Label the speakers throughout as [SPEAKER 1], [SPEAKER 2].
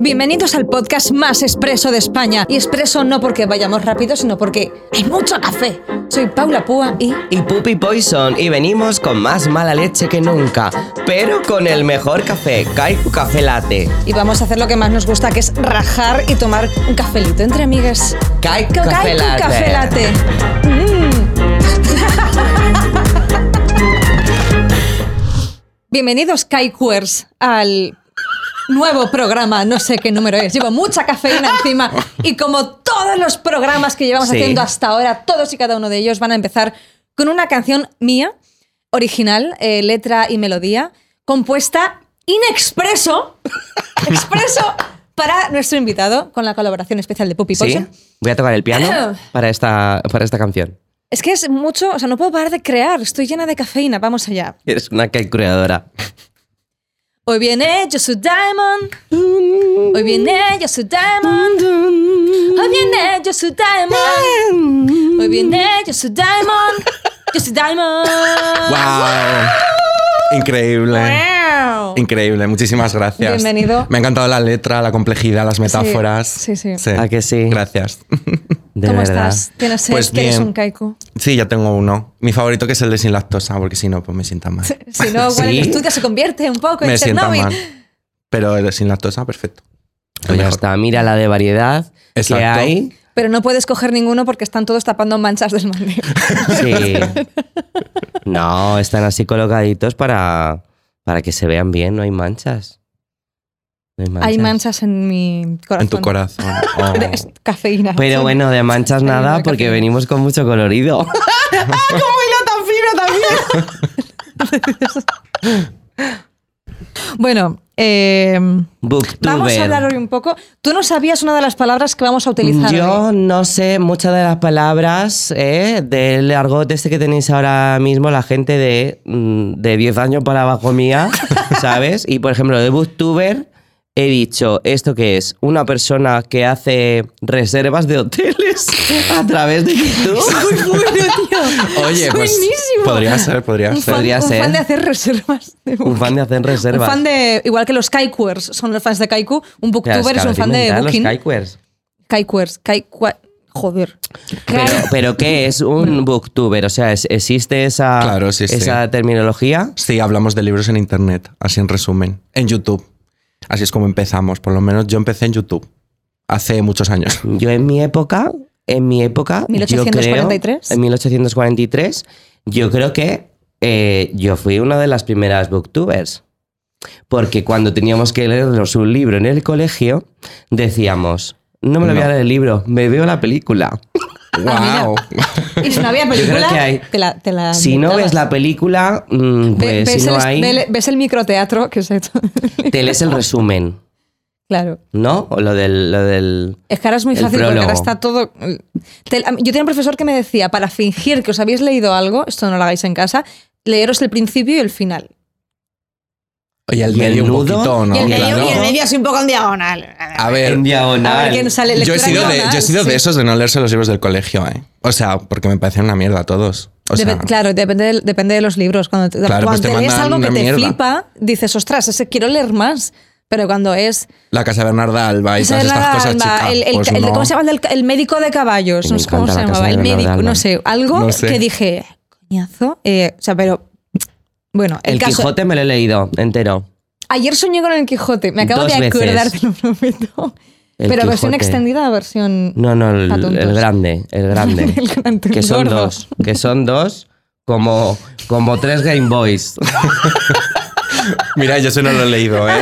[SPEAKER 1] Bienvenidos al podcast más expreso de España. Y expreso no porque vayamos rápido, sino porque hay mucho café. Soy Paula Púa y...
[SPEAKER 2] y Puppy Poison y venimos con más mala leche que nunca, pero con el mejor café, Kaiku Café Latte.
[SPEAKER 1] Y vamos a hacer lo que más nos gusta, que es rajar y tomar un cafelito entre amigas.
[SPEAKER 2] Kaiku
[SPEAKER 1] Ca-
[SPEAKER 2] Café
[SPEAKER 1] Kaiku
[SPEAKER 2] Latte.
[SPEAKER 1] Café Latte. Mm. Bienvenidos, Kaikuers, al nuevo programa, no sé qué número es. Llevo mucha cafeína encima y como todos los programas que llevamos
[SPEAKER 2] Sí.
[SPEAKER 1] haciendo hasta ahora, todos y cada uno de ellos van a empezar con una canción mía, original, eh, letra y melodía, compuesta in expreso, expreso para nuestro invitado con la colaboración especial de Puppy
[SPEAKER 2] Sí,
[SPEAKER 1] Poison.
[SPEAKER 2] voy a tocar el piano para esta, para esta canción.
[SPEAKER 1] Es que es mucho, o sea, no puedo parar de crear, estoy llena de cafeína, vamos allá.
[SPEAKER 2] Eres una Kaiku creadora.
[SPEAKER 1] Hoy viene yo soy Diamond. Hoy viene yo soy Diamond. Hoy viene yo soy Diamond. Hoy viene yo soy Diamond. Yo soy Diamond.
[SPEAKER 3] ¡Wow! Increíble.
[SPEAKER 1] Wow.
[SPEAKER 3] Increíble, muchísimas gracias.
[SPEAKER 1] Bienvenido.
[SPEAKER 3] Me ha encantado la letra, la complejidad, las metáforas.
[SPEAKER 1] sí, sí.
[SPEAKER 2] ¿A que sí?
[SPEAKER 3] Gracias.
[SPEAKER 2] De
[SPEAKER 1] ¿Cómo
[SPEAKER 2] verdad.
[SPEAKER 1] estás? ¿Tienes sed?
[SPEAKER 3] Pues
[SPEAKER 1] ¿Quieres
[SPEAKER 3] bien.
[SPEAKER 1] un kaiku?
[SPEAKER 3] Sí, ya tengo uno. Mi favorito que es el de sin lactosa, porque si no, pues me sienta mal.
[SPEAKER 1] Si no, bueno,
[SPEAKER 2] Sí.
[SPEAKER 1] el estudio se convierte un poco en
[SPEAKER 3] me sienta
[SPEAKER 1] Chernobyl.
[SPEAKER 3] mal. Pero el de sin lactosa, perfecto.
[SPEAKER 2] Pues ya
[SPEAKER 3] Mejor.
[SPEAKER 2] está, mira la de variedad que
[SPEAKER 3] Exacto.
[SPEAKER 2] hay.
[SPEAKER 1] Pero no puedes coger ninguno porque están todos tapando manchas del mandil.
[SPEAKER 2] Sí. No, están así colocaditos para, para que se vean bien, no hay manchas. No hay manchas.
[SPEAKER 1] Hay manchas en mi corazón.
[SPEAKER 3] En tu corazón. Oh.
[SPEAKER 1] Es cafeína.
[SPEAKER 2] Pero bueno, de manchas
[SPEAKER 1] Hay
[SPEAKER 2] nada,
[SPEAKER 1] una
[SPEAKER 2] porque
[SPEAKER 1] cafeína.
[SPEAKER 2] venimos con mucho colorido. ¡Ah, cómo hilo tan fino también!
[SPEAKER 1] Bueno, eh,
[SPEAKER 2] Booktuber.
[SPEAKER 1] Vamos a hablar hoy un poco. Tú no sabías una de las palabras que vamos a utilizar.
[SPEAKER 2] Yo
[SPEAKER 1] hoy.
[SPEAKER 2] no sé muchas de las palabras ¿eh? del argot este que tenéis ahora mismo, la gente de, mm, de 10 años para abajo mía, ¿sabes? Y por ejemplo, de Booktuber he dicho esto que es una persona que hace reservas de hoteles a través de YouTube.
[SPEAKER 3] Oye,
[SPEAKER 1] Es
[SPEAKER 3] pues.
[SPEAKER 1] buenísimo.
[SPEAKER 3] Podría ser, podría
[SPEAKER 1] un
[SPEAKER 3] ser.
[SPEAKER 1] fan,
[SPEAKER 2] podría
[SPEAKER 1] un
[SPEAKER 2] ser.
[SPEAKER 1] fan de hacer reservas. de
[SPEAKER 2] Un
[SPEAKER 1] booking.
[SPEAKER 2] fan de hacer
[SPEAKER 1] Un
[SPEAKER 2] reservas.
[SPEAKER 1] fan de. Igual que los Kaikuers son los fans de Kaiku, un
[SPEAKER 2] Claro,
[SPEAKER 1] booktuber
[SPEAKER 2] que
[SPEAKER 1] es
[SPEAKER 2] ahora
[SPEAKER 1] un
[SPEAKER 2] te
[SPEAKER 1] fan de
[SPEAKER 2] inventan los
[SPEAKER 1] Booking.
[SPEAKER 2] kaikwers.
[SPEAKER 1] Kaikuers. Kaikua- Joder.
[SPEAKER 2] Pero, pero ¿qué es un booktuber? O sea, ¿es- ¿existe esa,
[SPEAKER 3] Claro, sí, sí.
[SPEAKER 2] esa terminología?
[SPEAKER 3] Sí, hablamos de libros en internet, así en resumen. En YouTube. Así es como empezamos. Por lo menos yo empecé en YouTube. Hace muchos años.
[SPEAKER 2] Yo en mi época, en mi época, yo
[SPEAKER 1] 1843.
[SPEAKER 2] creo, en 1843, yo creo que eh, yo fui una de las primeras booktubers. Porque cuando teníamos que leernos un libro en el colegio, decíamos, no me lo voy a
[SPEAKER 3] No.
[SPEAKER 2] leer el libro, me veo la película.
[SPEAKER 3] ¡Wow!
[SPEAKER 1] Ah, Y si no había
[SPEAKER 2] creo
[SPEAKER 1] película,
[SPEAKER 2] que hay.
[SPEAKER 1] te la, te la
[SPEAKER 2] Si no
[SPEAKER 1] inventabas.
[SPEAKER 2] ves la película, mm,
[SPEAKER 1] Ah, Ve-
[SPEAKER 2] pues
[SPEAKER 1] ves,
[SPEAKER 2] si no
[SPEAKER 1] el,
[SPEAKER 2] hay,
[SPEAKER 1] ve- ves el microteatro que se ha hecho.
[SPEAKER 2] te lees el resumen,
[SPEAKER 1] claro.
[SPEAKER 2] ¿no? O lo del... Lo del
[SPEAKER 1] Es que ahora es muy
[SPEAKER 2] El
[SPEAKER 1] fácil porque ahora
[SPEAKER 2] prólogo.
[SPEAKER 1] está todo. Te- Yo tenía un profesor que me decía: para fingir que os habéis leído algo, esto no lo hagáis en casa, leeros el principio y el final.
[SPEAKER 3] Oye, el
[SPEAKER 2] Y el
[SPEAKER 3] medio un
[SPEAKER 2] nudo,
[SPEAKER 3] poquito, ¿no?
[SPEAKER 1] y el medio,
[SPEAKER 3] Claro.
[SPEAKER 1] y el medio así un poco en diagonal.
[SPEAKER 3] A ver,
[SPEAKER 2] en diagonal.
[SPEAKER 1] A ver quién sale.
[SPEAKER 3] yo he
[SPEAKER 1] lectura
[SPEAKER 3] sido, de,
[SPEAKER 1] diagonal,
[SPEAKER 3] yo he sido
[SPEAKER 1] sí.
[SPEAKER 3] de esos de no leerse los libros del colegio, ¿eh? O sea, porque me parecen una mierda todos. O sea,
[SPEAKER 1] Depe- claro, depende de, depende de los libros. Cuando te,
[SPEAKER 3] Claro,
[SPEAKER 1] cuando
[SPEAKER 3] pues te
[SPEAKER 1] te lees
[SPEAKER 3] mandan
[SPEAKER 1] algo que
[SPEAKER 3] una
[SPEAKER 1] te
[SPEAKER 3] mierda.
[SPEAKER 1] flipa, dices, ostras, ese quiero leer más. Pero cuando es.
[SPEAKER 3] la casa de Bernarda Alba y
[SPEAKER 1] ese
[SPEAKER 3] todas
[SPEAKER 1] de
[SPEAKER 3] estas
[SPEAKER 1] la
[SPEAKER 3] cosas,
[SPEAKER 1] alma,
[SPEAKER 3] chicas.
[SPEAKER 1] el, el-
[SPEAKER 3] pues
[SPEAKER 1] el de-
[SPEAKER 3] no.
[SPEAKER 1] ¿Cómo se llama? El, del- el médico de caballos.
[SPEAKER 2] Me
[SPEAKER 1] No sé cómo se
[SPEAKER 2] encanta la casa
[SPEAKER 1] llamaba.
[SPEAKER 2] de
[SPEAKER 1] El
[SPEAKER 2] Bernarda
[SPEAKER 1] médico,
[SPEAKER 2] Alba.
[SPEAKER 1] no sé. Algo
[SPEAKER 3] No sé.
[SPEAKER 1] que dije, coñazo. eh, o sea, pero. Bueno, el,
[SPEAKER 2] El
[SPEAKER 1] caso.
[SPEAKER 2] Quijote me lo he leído entero.
[SPEAKER 1] Ayer soñé con el Quijote. Me acabo
[SPEAKER 2] Dos
[SPEAKER 1] de acordar,
[SPEAKER 2] veces.
[SPEAKER 1] te lo prometo.
[SPEAKER 2] El
[SPEAKER 1] Pero versión
[SPEAKER 2] Quijote.
[SPEAKER 1] extendida, versión.
[SPEAKER 2] No, no, el,
[SPEAKER 1] Pa' tontos.
[SPEAKER 2] el grande, el grande.
[SPEAKER 1] El grande,
[SPEAKER 2] que
[SPEAKER 1] el
[SPEAKER 2] son
[SPEAKER 1] gordo.
[SPEAKER 2] dos, que son dos como, como tres Game Boys.
[SPEAKER 3] Mira, yo eso no lo he leído, ¿eh?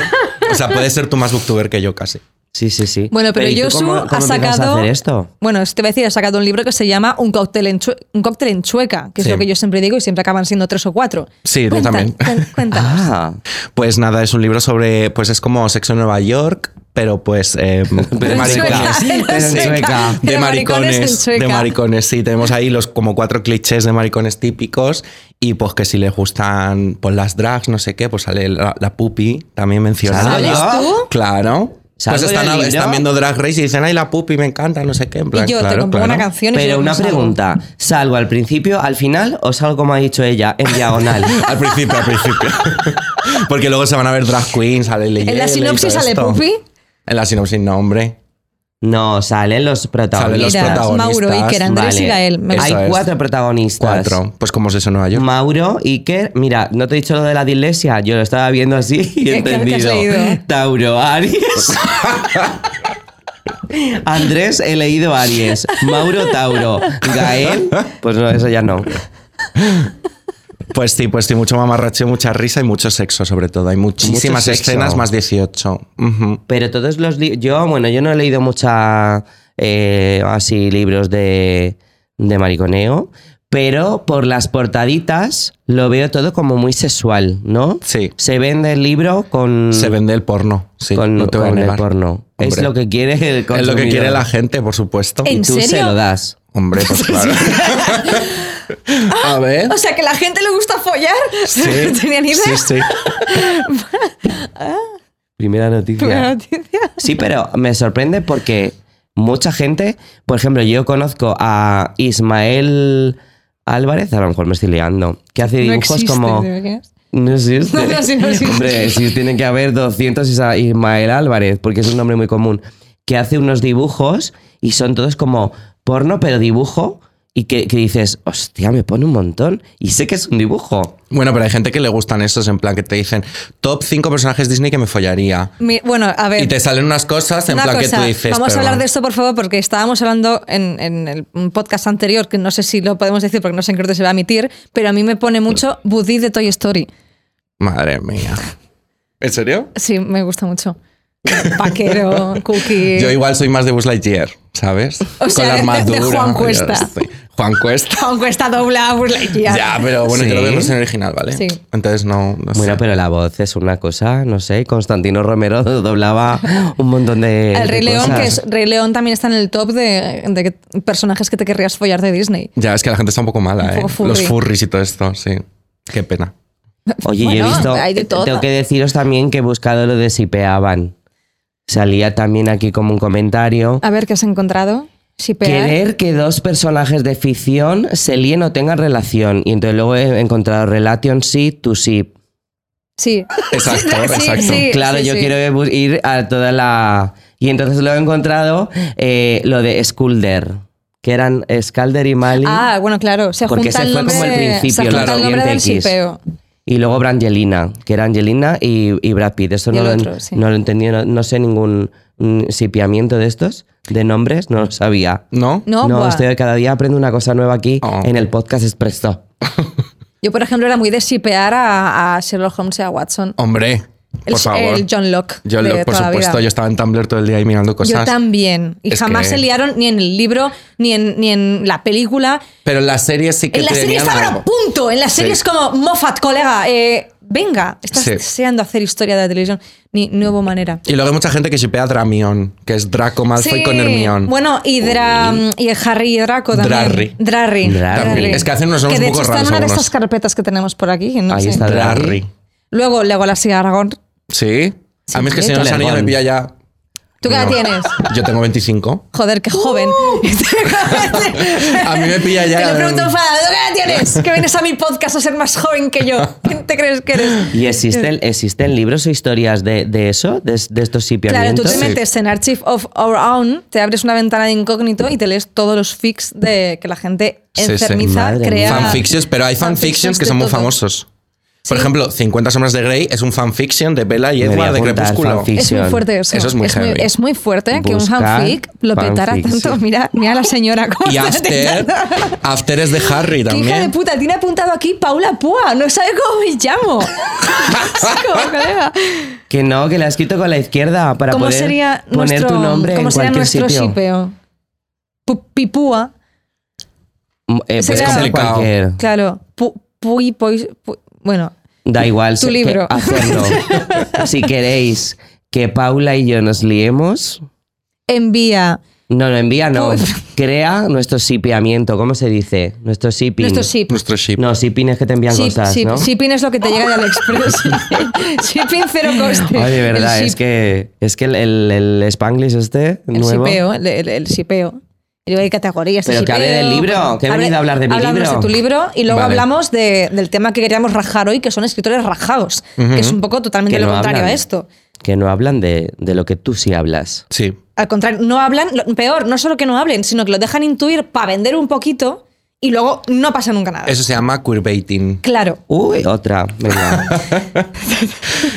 [SPEAKER 3] O sea, puede ser tú más booktuber que yo casi.
[SPEAKER 2] Sí, sí, sí.
[SPEAKER 1] Bueno, pero
[SPEAKER 2] ¿y tú
[SPEAKER 1] Yosu
[SPEAKER 2] cómo- cómo
[SPEAKER 1] ha
[SPEAKER 2] empiezas
[SPEAKER 1] sacado-
[SPEAKER 2] a hacer esto?
[SPEAKER 1] Bueno, te voy a decir, ha sacado un libro que se llama Un cóctel en, chue- un cóctel en chueca, que es
[SPEAKER 3] Sí.
[SPEAKER 1] lo que yo siempre digo y siempre acaban siendo tres o cuatro.
[SPEAKER 3] Sí, yo
[SPEAKER 1] Cuenta-
[SPEAKER 3] también.
[SPEAKER 1] cuen- Cuéntanos.
[SPEAKER 2] Ah,
[SPEAKER 3] Pues nada, es un libro sobre. Pues es como Sexo en Nueva York, pero pues. eh,
[SPEAKER 2] Pero
[SPEAKER 3] de
[SPEAKER 2] en
[SPEAKER 3] maricones.
[SPEAKER 2] sueca. pero en sueca.
[SPEAKER 3] De maricones, de maricones, sí. Tenemos ahí los como cuatro clichés de maricones típicos y pues que si les gustan pues las drags, no sé qué, pues sale la, la pupi también mencionada.
[SPEAKER 2] ¿Sale
[SPEAKER 1] ¿Sales
[SPEAKER 2] yo?
[SPEAKER 1] tú?
[SPEAKER 3] Claro.
[SPEAKER 2] Salgo
[SPEAKER 3] Pues están,
[SPEAKER 2] del
[SPEAKER 3] están
[SPEAKER 2] libro,
[SPEAKER 3] viendo Drag Race y dicen, ay, la pupi, me encanta, no sé qué. En plan,
[SPEAKER 1] y yo te
[SPEAKER 3] claro,
[SPEAKER 1] compongo
[SPEAKER 3] claro.
[SPEAKER 1] una canción y
[SPEAKER 2] Pero
[SPEAKER 1] yo
[SPEAKER 2] una
[SPEAKER 1] no salgo.
[SPEAKER 2] pregunta, ¿salgo al principio, al final o salgo como ha dicho ella, en diagonal?
[SPEAKER 3] Al principio, al principio. Porque luego se van a ver drag queens, sale leyenda.
[SPEAKER 1] En la sinopsis sale Pupi.
[SPEAKER 3] En la sinopsis no, hombre.
[SPEAKER 2] No, salen los
[SPEAKER 3] Salen
[SPEAKER 2] protagonistas.
[SPEAKER 3] los
[SPEAKER 1] Mira,
[SPEAKER 3] protagonistas.
[SPEAKER 1] Mauro, Iker, Andrés
[SPEAKER 2] Vale.
[SPEAKER 1] y Gael. Me
[SPEAKER 3] Eso
[SPEAKER 1] gusta.
[SPEAKER 2] Hay
[SPEAKER 3] es.
[SPEAKER 2] cuatro protagonistas.
[SPEAKER 3] Cuatro. Pues como se eso en Nueva York.
[SPEAKER 2] Mauro, Iker, mira, no te he dicho lo de la dislexia, yo lo estaba viendo así y
[SPEAKER 1] ¿Qué-
[SPEAKER 2] he
[SPEAKER 1] qué has
[SPEAKER 2] entendido.
[SPEAKER 1] leído?
[SPEAKER 2] Tauro, Aries. Andrés, he leído Aries. Mauro, Tauro. Gael, pues no, eso ya no.
[SPEAKER 3] Pues sí, pues sí, mucho mamarracho, mucha risa y mucho sexo, sobre todo. Hay muchísimas
[SPEAKER 2] Mucho sexo.
[SPEAKER 3] escenas, más 18. Ujú. Mm.
[SPEAKER 2] Pero todos los libros. Yo, bueno, yo no he leído mucha. eh, así, libros de, de mariconeo. Pero por las portaditas lo veo todo como muy sexual, ¿no?
[SPEAKER 3] Sí.
[SPEAKER 2] Se vende el libro con.
[SPEAKER 3] Se vende el porno. Sí,
[SPEAKER 2] con,
[SPEAKER 3] no te voy a
[SPEAKER 2] con el
[SPEAKER 3] negar.
[SPEAKER 2] porno. Es
[SPEAKER 3] Hombre.
[SPEAKER 2] lo que quiere el consumidor.
[SPEAKER 3] Es lo que quiere la gente, por supuesto.
[SPEAKER 1] En-
[SPEAKER 2] Y tú se
[SPEAKER 1] serio?
[SPEAKER 2] lo das.
[SPEAKER 3] Hombre, pues claro.
[SPEAKER 1] Ah.
[SPEAKER 3] a ver.
[SPEAKER 1] O sea, que la gente le gusta follar.
[SPEAKER 3] Sí,
[SPEAKER 1] no tenía ni idea.
[SPEAKER 3] sí, sí.
[SPEAKER 2] Primera noticia.
[SPEAKER 1] Primera noticia.
[SPEAKER 2] Sí, pero me sorprende porque mucha gente, por ejemplo, yo conozco a Ismael Álvarez, a lo mejor me estoy liando, que hace
[SPEAKER 1] No
[SPEAKER 2] dibujos
[SPEAKER 1] existe,
[SPEAKER 2] como...
[SPEAKER 1] ¿te imaginas?
[SPEAKER 2] No existe.
[SPEAKER 1] No, no, sí, no existe.
[SPEAKER 2] Hombre, sí tienen que haber 200 Isa- Ismael Álvarez, porque es un nombre muy común, que hace unos dibujos y son todos como porno, pero dibujo, y que, que dices, hostia, me pone un montón, y sé que es un dibujo.
[SPEAKER 3] Bueno, pero hay gente que le gustan esos, en plan que te dicen top 5 personajes Disney que me follaría.
[SPEAKER 1] Mi- bueno, a ver.
[SPEAKER 3] Y te salen unas cosas en
[SPEAKER 1] Una
[SPEAKER 3] plan que
[SPEAKER 1] cosa,
[SPEAKER 3] tú dices.
[SPEAKER 1] vamos a
[SPEAKER 3] pero-
[SPEAKER 1] hablar de esto, por favor, porque estábamos hablando en, en el un podcast anterior, que no sé si lo podemos decir porque no sé en qué orden se va a emitir, pero a mí me pone mucho Buddy de Toy Story.
[SPEAKER 3] Madre mía. ¿En serio?
[SPEAKER 1] Sí, me gusta mucho. Vaquero, cookie.
[SPEAKER 3] Yo igual soy más de Buzz Lightyear, ¿sabes?
[SPEAKER 1] Eh, O sea, de- de Juan
[SPEAKER 3] yo
[SPEAKER 1] Cuesta.
[SPEAKER 3] estoy- Juan Cuesta.
[SPEAKER 1] Aunque está dobla Burla y ya.
[SPEAKER 3] Ya, pero bueno,
[SPEAKER 2] Sí.
[SPEAKER 3] yo lo veo en versión original, ¿vale?
[SPEAKER 1] Sí.
[SPEAKER 3] Entonces no, no sé.
[SPEAKER 2] Bueno, pero la voz es una cosa, no sé, Constantino Romero doblaba un montón de...
[SPEAKER 1] El
[SPEAKER 2] de
[SPEAKER 1] Rey León,
[SPEAKER 2] cosas.
[SPEAKER 1] que es, Rey León también está en el top de, de que- personajes que te querrías follar de Disney.
[SPEAKER 3] Ya, es que la gente está un poco mala,
[SPEAKER 1] Un
[SPEAKER 3] ¿eh?
[SPEAKER 1] poco furry.
[SPEAKER 3] Los furries y todo esto, sí. Qué pena.
[SPEAKER 2] Oye, yo he
[SPEAKER 1] Bueno,
[SPEAKER 2] visto...
[SPEAKER 1] hay de todo.
[SPEAKER 2] Tengo que deciros también que he buscado lo de sipeaban. Salía también aquí como un comentario.
[SPEAKER 1] A ver qué has encontrado. Si
[SPEAKER 2] Querer que dos personajes de ficción se líen o tengan relación. Y entonces luego he encontrado relation sí, to sí.
[SPEAKER 1] Sí.
[SPEAKER 3] Exacto, exacto.
[SPEAKER 1] sí,
[SPEAKER 2] claro,
[SPEAKER 1] sí,
[SPEAKER 2] yo
[SPEAKER 1] sí.
[SPEAKER 2] quiero bu- ir a toda la... Y entonces luego he encontrado eh, lo de Skulder, que eran Skalder y Mali.
[SPEAKER 1] Ah, bueno, claro. Se
[SPEAKER 2] Porque
[SPEAKER 1] junta
[SPEAKER 2] se
[SPEAKER 1] el
[SPEAKER 2] fue
[SPEAKER 1] nombre,
[SPEAKER 2] como al principio,
[SPEAKER 1] se junta
[SPEAKER 2] claro,
[SPEAKER 1] el nombre del
[SPEAKER 2] Oriente X.
[SPEAKER 1] shipeo.
[SPEAKER 2] Y luego Brangelina, que era Angelina y, y Brad Pitt. Esto
[SPEAKER 1] Y
[SPEAKER 2] no,
[SPEAKER 1] el
[SPEAKER 2] lo,
[SPEAKER 1] otro, sí.
[SPEAKER 2] no lo entendí, no, no sé ningún mm, sipiamiento de estos, de nombres, no lo sabía.
[SPEAKER 3] ¿No?
[SPEAKER 1] No, buah.
[SPEAKER 2] estoy cada día aprendo una cosa nueva aquí
[SPEAKER 3] Oh.
[SPEAKER 2] en el podcast expreso.
[SPEAKER 1] Yo, por ejemplo, era muy de shipear a, a Sherlock Holmes y a Watson.
[SPEAKER 2] Oh,
[SPEAKER 3] Hombre,
[SPEAKER 1] El,
[SPEAKER 3] por favor.
[SPEAKER 1] el John Locke.
[SPEAKER 3] Yo,
[SPEAKER 1] de
[SPEAKER 3] lo- por
[SPEAKER 1] toda la
[SPEAKER 3] supuesto,
[SPEAKER 1] vida.
[SPEAKER 3] yo estaba en Tumblr todo el día ahí mirando cosas.
[SPEAKER 1] Yo también. Y
[SPEAKER 3] Es
[SPEAKER 1] jamás
[SPEAKER 3] que-
[SPEAKER 1] se liaron ni en el libro, ni en, ni en la película.
[SPEAKER 3] Pero en la serie sí que
[SPEAKER 1] En la serie
[SPEAKER 3] tenían
[SPEAKER 1] estaban
[SPEAKER 3] algo.
[SPEAKER 1] a punto. En la serie
[SPEAKER 3] Sí.
[SPEAKER 1] es como Moffat, colega. eh, venga, estás
[SPEAKER 3] Sí.
[SPEAKER 1] deseando hacer historia de la televisión. Ni no hubo manera.
[SPEAKER 3] Y luego hay mucha gente que shipea a Dramion, que es Draco Malfoy
[SPEAKER 1] Sí.
[SPEAKER 3] Ah, con Hermión.
[SPEAKER 1] Bueno, y, Dra- y Harry y Draco
[SPEAKER 3] Drarry.
[SPEAKER 1] también. Drarry.
[SPEAKER 2] Drarry.
[SPEAKER 3] Es que hacen unos
[SPEAKER 1] que
[SPEAKER 3] nombres
[SPEAKER 1] de
[SPEAKER 3] un
[SPEAKER 1] hecho
[SPEAKER 3] poco
[SPEAKER 1] está en
[SPEAKER 3] raros
[SPEAKER 1] una de
[SPEAKER 3] algunos.
[SPEAKER 1] estas carpetas que tenemos por aquí. no
[SPEAKER 2] Ahí
[SPEAKER 1] sé.
[SPEAKER 2] está.
[SPEAKER 3] Drarry.
[SPEAKER 1] Luego Legolas y Aragorn.
[SPEAKER 3] ¿Sí?
[SPEAKER 1] Sí,
[SPEAKER 3] A mí es que
[SPEAKER 1] sí,
[SPEAKER 3] Señor de los
[SPEAKER 2] claro.
[SPEAKER 3] Anillos me pilla ya.
[SPEAKER 1] ¿Tú qué
[SPEAKER 3] No.
[SPEAKER 1] tienes?
[SPEAKER 3] Yo tengo 25.
[SPEAKER 1] Joder, qué joven.
[SPEAKER 3] ¡Oh!
[SPEAKER 1] Este
[SPEAKER 3] A mí me pilla ya.
[SPEAKER 1] Te lo pregunto enfadado. ¿Tú qué tienes? Que vienes a mi podcast a ser más joven que yo. ¿Quién te crees que eres?
[SPEAKER 2] ¿Y existen, existen libros o historias de, de eso? ¿De, de estos
[SPEAKER 1] Eh. Claro, tú
[SPEAKER 2] sipiamientos?
[SPEAKER 1] te metes en Archive of Our Own, te abres una ventana de incógnito y te lees todos los fics de que la gente
[SPEAKER 3] Sí, sí.
[SPEAKER 1] enfermiza
[SPEAKER 2] Madre mía.
[SPEAKER 1] crea.
[SPEAKER 3] Fanfictions, pero hay fanfictions que
[SPEAKER 1] de
[SPEAKER 3] son muy
[SPEAKER 1] todo.
[SPEAKER 3] famosos. Por
[SPEAKER 1] Sí.
[SPEAKER 3] ejemplo, 50 sombras de Grey es un fanfiction de Bella y
[SPEAKER 2] Me voy a
[SPEAKER 3] Edward de
[SPEAKER 2] apuntar,
[SPEAKER 3] Crepúsculo.
[SPEAKER 2] fanfic.
[SPEAKER 1] Es muy fuerte eso.
[SPEAKER 3] Eso es muy heavy.
[SPEAKER 1] es muy fuerte que un
[SPEAKER 2] Buscar
[SPEAKER 1] fanfic lo petara
[SPEAKER 2] fanfic,
[SPEAKER 1] tanto.
[SPEAKER 2] sí.
[SPEAKER 1] Mira, mira a la señora cómo
[SPEAKER 3] Y
[SPEAKER 1] está
[SPEAKER 3] After,
[SPEAKER 1] tentando.
[SPEAKER 3] After es de Harry
[SPEAKER 1] ¿Qué hija de
[SPEAKER 3] también.
[SPEAKER 1] puta, tiene apuntado aquí Paula Púa. No sabe cómo me llamo. Es como, colega.
[SPEAKER 2] Que no, que la he escrito con la izquierda para
[SPEAKER 1] ¿Cómo
[SPEAKER 2] poder
[SPEAKER 1] sería
[SPEAKER 2] poner
[SPEAKER 1] nuestro,
[SPEAKER 2] tu nombre
[SPEAKER 1] ¿cómo
[SPEAKER 2] en
[SPEAKER 1] sería
[SPEAKER 2] cualquier
[SPEAKER 1] nuestro
[SPEAKER 2] sitio.
[SPEAKER 1] shipeo? Pu- Pipúa,
[SPEAKER 2] Mm, eh,
[SPEAKER 1] Sería-
[SPEAKER 2] puede ser
[SPEAKER 3] Complicado.
[SPEAKER 2] cualquier.
[SPEAKER 1] claro. Pu- pui, poi- pu- bueno,
[SPEAKER 2] Da igual.
[SPEAKER 1] Tu
[SPEAKER 2] sé que
[SPEAKER 1] libro.
[SPEAKER 2] hacerlo. si queréis que Paula y yo nos liemos,
[SPEAKER 1] envía
[SPEAKER 2] No, lo envía, no.
[SPEAKER 1] Pues-
[SPEAKER 2] Crea nuestro sipiamiento, ¿cómo se dice? Nuestro shipping.
[SPEAKER 1] Nuestro ship.
[SPEAKER 3] Nuestro ship.
[SPEAKER 2] No, shipping es que te envían
[SPEAKER 1] Ship,
[SPEAKER 2] cosas,
[SPEAKER 1] ship.
[SPEAKER 2] Pues ¿no?
[SPEAKER 1] Shipping es lo que te llega de AliExpress. Shipping cero coste.
[SPEAKER 2] Ay, de verdad,
[SPEAKER 1] El
[SPEAKER 2] es
[SPEAKER 1] ship-
[SPEAKER 2] que, es que el, el, el Spanglish este
[SPEAKER 1] El
[SPEAKER 2] nuevo.
[SPEAKER 1] shipeo, el, el, el shipeo. Y luego hay categorías. de
[SPEAKER 2] Pero que hable
[SPEAKER 1] shipeo,
[SPEAKER 2] del libro, que he
[SPEAKER 1] hable-
[SPEAKER 2] venido a hablar de mi
[SPEAKER 1] háblanos
[SPEAKER 2] libro.
[SPEAKER 1] de tu libro y luego
[SPEAKER 3] Vale.
[SPEAKER 1] hablamos de- del tema que queríamos rajar hoy, que son escritores rajados, que es un poco totalmente
[SPEAKER 2] Que
[SPEAKER 1] lo
[SPEAKER 2] no
[SPEAKER 1] contrario
[SPEAKER 2] hablan.
[SPEAKER 1] a esto.
[SPEAKER 2] Que no hablan de, de lo que tú sí hablas.
[SPEAKER 3] Sí.
[SPEAKER 1] Al contrario, no hablan, lo- peor, no solo que no hablen, sino que lo dejan intuir para vender un poquito y luego no pasa nunca nada.
[SPEAKER 3] Eso se llama queerbaiting.
[SPEAKER 1] Claro.
[SPEAKER 2] Uy, otra. Venga.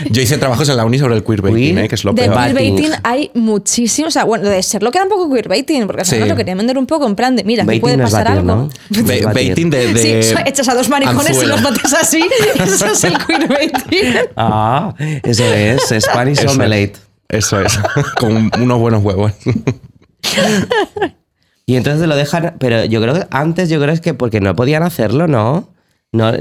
[SPEAKER 3] Yo hice trabajos en la uni sobre el queerbaiting,
[SPEAKER 2] Uy.
[SPEAKER 3] ¿eh? que es lo
[SPEAKER 1] de
[SPEAKER 3] peor.
[SPEAKER 2] Bad
[SPEAKER 1] queerbaiting
[SPEAKER 2] things.
[SPEAKER 1] hay muchísimo. O sea, bueno, lo de Sherlock era un poco queerbaiting, porque al
[SPEAKER 3] Sí.
[SPEAKER 1] final lo querían vender un poco en plan de, mira, aquí
[SPEAKER 2] Baiting
[SPEAKER 1] puede
[SPEAKER 2] no es
[SPEAKER 1] pasar
[SPEAKER 2] batir,
[SPEAKER 1] algo.
[SPEAKER 2] ¿no? No es
[SPEAKER 3] Ba-
[SPEAKER 2] batir.
[SPEAKER 3] baiting de, de
[SPEAKER 1] Sí, so- echas a dos maricones
[SPEAKER 3] anzuelo.
[SPEAKER 1] y los bates así. Eso es el queerbaiting.
[SPEAKER 2] Ah, eso es. Spanish
[SPEAKER 3] Eso es.
[SPEAKER 2] Omelette.
[SPEAKER 3] Eso es. Con un- unos buenos huevos.
[SPEAKER 2] Y entonces lo dejan, pero yo creo que antes yo creo es que porque no podían hacerlo, ¿no? no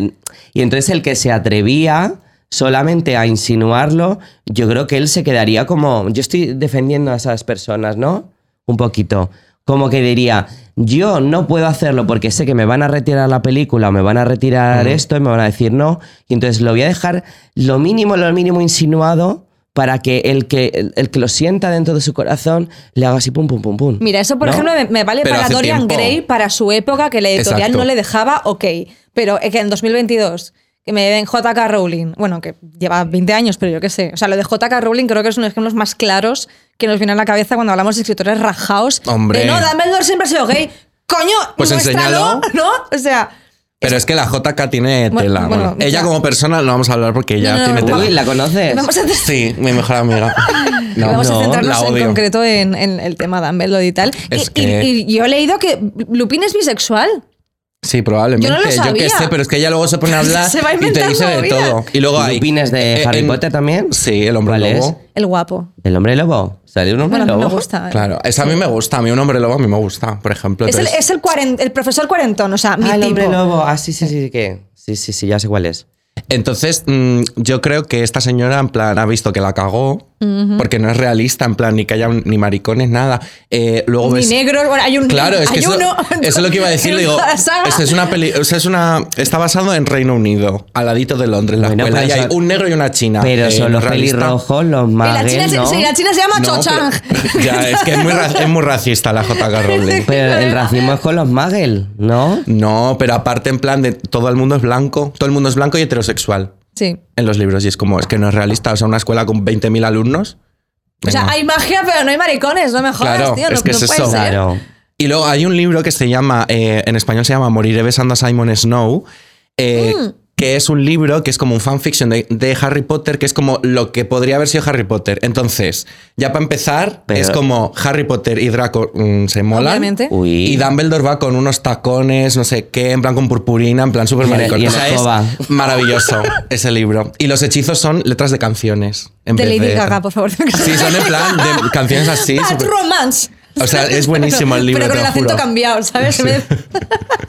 [SPEAKER 2] y entonces el que se atrevía solamente a insinuarlo, yo creo que él se quedaría como, yo estoy defendiendo a esas personas, ¿no? Un poquito. Como que diría, yo no puedo hacerlo porque sé que me van a retirar la película o me van a retirar esto y me van a decir no. Y entonces lo voy a dejar lo mínimo, lo mínimo insinuado para que el que, el, el que lo sienta dentro de su corazón le haga así pum, pum, pum, pum.
[SPEAKER 1] Mira, eso por
[SPEAKER 2] ¿No?
[SPEAKER 1] ejemplo me, me vale
[SPEAKER 3] Pero
[SPEAKER 1] para
[SPEAKER 3] hace
[SPEAKER 1] Dorian
[SPEAKER 3] tiempo.
[SPEAKER 1] Gray, para su época, que la editorial
[SPEAKER 3] Exacto.
[SPEAKER 1] no le dejaba, ok. Pero es que en 2022, que me den JK Rowling, bueno, que lleva 20 años, pero yo qué sé. O sea, lo de JK Rowling creo que es uno de los ejemplos más claros que nos viene a la cabeza cuando hablamos de escritores rajados.
[SPEAKER 3] Hombre.
[SPEAKER 1] De, no, Dumbledore siempre ha sido gay. Coño,
[SPEAKER 3] Pues
[SPEAKER 1] muéstralo,
[SPEAKER 3] enséñalo.
[SPEAKER 1] ¿no? O sea,
[SPEAKER 3] Pero es que la JK tiene
[SPEAKER 1] Bueno,
[SPEAKER 3] tela.
[SPEAKER 1] bueno,
[SPEAKER 3] Bueno, ella
[SPEAKER 1] ya.
[SPEAKER 3] como persona no vamos a hablar porque ella
[SPEAKER 1] No, no,
[SPEAKER 3] tiene
[SPEAKER 1] no.
[SPEAKER 3] tela.
[SPEAKER 2] Uy, ¿la conoces?
[SPEAKER 1] vamos a hacer
[SPEAKER 3] Sí, mi mejor amiga.
[SPEAKER 1] Y vamos a
[SPEAKER 3] la
[SPEAKER 1] centrarnos en
[SPEAKER 3] odio.
[SPEAKER 1] concreto en, en el tema Dumbledore y tal. Y-
[SPEAKER 3] Es
[SPEAKER 1] y,
[SPEAKER 3] que-
[SPEAKER 1] y yo he leído que Lupin es bisexual.
[SPEAKER 3] Sí, probablemente.
[SPEAKER 1] Yo no lo
[SPEAKER 3] qué
[SPEAKER 1] sabía.
[SPEAKER 3] sé, pero es que ella luego se pone a hablar
[SPEAKER 1] Se va
[SPEAKER 3] y te
[SPEAKER 1] inventando
[SPEAKER 3] dice de
[SPEAKER 1] movidas.
[SPEAKER 3] todo. Y luego hay.
[SPEAKER 2] ¿Lupines de
[SPEAKER 3] eh,
[SPEAKER 2] Harry
[SPEAKER 3] en-
[SPEAKER 2] Potter también?
[SPEAKER 3] Sí, el hombre
[SPEAKER 2] ¿Cuál
[SPEAKER 3] lobo.
[SPEAKER 1] El guapo.
[SPEAKER 2] ¿El hombre lobo? ¿Salió un hombre
[SPEAKER 1] Bueno, a mí
[SPEAKER 2] lobo?
[SPEAKER 1] me gusta.
[SPEAKER 3] Claro, eso a mí me gusta. A mí un hombre lobo a mí me gusta, por ejemplo.
[SPEAKER 1] Es, el,
[SPEAKER 3] Entonces,
[SPEAKER 1] es el, cuaren- el profesor cuarentón, o sea, mi
[SPEAKER 2] Ah, el hombre
[SPEAKER 1] tipo.
[SPEAKER 2] lobo. Ah, sí, sí, sí, ¿qué? Sí, sí, sí, ya sé cuál es.
[SPEAKER 3] entonces, mm, yo creo que esta señora, en plan, ha visto que la cagó, porque no es realista, en plan, ni que haya un- ni maricones, nada. Eh, luego
[SPEAKER 1] Ni
[SPEAKER 3] ves-
[SPEAKER 1] negro, bueno, hay un
[SPEAKER 3] Claro, es que
[SPEAKER 1] hay
[SPEAKER 3] eso,
[SPEAKER 1] uno.
[SPEAKER 3] eso es lo que iba a decir.
[SPEAKER 1] en
[SPEAKER 3] le digo,
[SPEAKER 1] toda la saga.
[SPEAKER 3] eso es una peli, o sea, es una, está basado en Reino Unido, al ladito de Londres, la
[SPEAKER 2] Bueno,
[SPEAKER 3] escuela,
[SPEAKER 2] pero
[SPEAKER 3] y hay
[SPEAKER 2] eso-
[SPEAKER 3] un negro y una china.
[SPEAKER 2] Pero
[SPEAKER 3] Eh,
[SPEAKER 2] son los
[SPEAKER 3] realista.
[SPEAKER 2] pelirrojos, los
[SPEAKER 1] Y la
[SPEAKER 2] más
[SPEAKER 1] china, se-
[SPEAKER 2] ¿no?
[SPEAKER 1] sí, la china se llama
[SPEAKER 3] No,
[SPEAKER 1] Chochang.
[SPEAKER 3] pero- ya, es que es muy, ra- es muy racista la J.K. Rowling.
[SPEAKER 2] Pero el racismo es con los Magel, ¿no?
[SPEAKER 3] No, pero aparte, en plan de todo el mundo es blanco, todo el mundo es blanco y heterosexual
[SPEAKER 1] Sí.
[SPEAKER 3] en los libros. Y es como, es que no es realista. O sea, una escuela con 20.000 alumnos.
[SPEAKER 1] O sea,
[SPEAKER 3] venga.
[SPEAKER 1] hay magia, pero no hay maricones, no me jodas,
[SPEAKER 3] Claro,
[SPEAKER 1] tío. No,
[SPEAKER 3] es que
[SPEAKER 1] no
[SPEAKER 3] es
[SPEAKER 1] puede
[SPEAKER 3] eso.
[SPEAKER 1] ser.
[SPEAKER 2] Claro.
[SPEAKER 3] Y luego hay un libro que se llama, eh, en español se llama Moriré besando a Simon Snow, eh,
[SPEAKER 1] Mm.
[SPEAKER 3] que es un libro que es como un fanfiction de, de Harry Potter, que es como lo que podría haber sido Harry Potter. Entonces, ya para empezar,
[SPEAKER 2] Pero-
[SPEAKER 3] es como Harry Potter y Draco mm, se molan.
[SPEAKER 1] Obviamente.
[SPEAKER 2] Uy.
[SPEAKER 3] Y Dumbledore va con unos tacones, no sé qué, en plan con purpurina, en plan super
[SPEAKER 2] Y-
[SPEAKER 3] maricón.
[SPEAKER 2] y
[SPEAKER 3] O sea, es
[SPEAKER 2] escoba.
[SPEAKER 3] maravilloso ese libro. Y los hechizos son letras de canciones. En
[SPEAKER 1] De
[SPEAKER 3] vez
[SPEAKER 1] Lady Gaga, por Ah, favor.
[SPEAKER 3] Sí, son en plan de canciones así.
[SPEAKER 1] Bad
[SPEAKER 3] super-
[SPEAKER 1] Romance.
[SPEAKER 3] O sea, es buenísimo el libro,
[SPEAKER 1] Pero con
[SPEAKER 3] te
[SPEAKER 1] el
[SPEAKER 3] lo
[SPEAKER 1] acento
[SPEAKER 3] juro.
[SPEAKER 1] cambiado, ¿sabes? En vez de-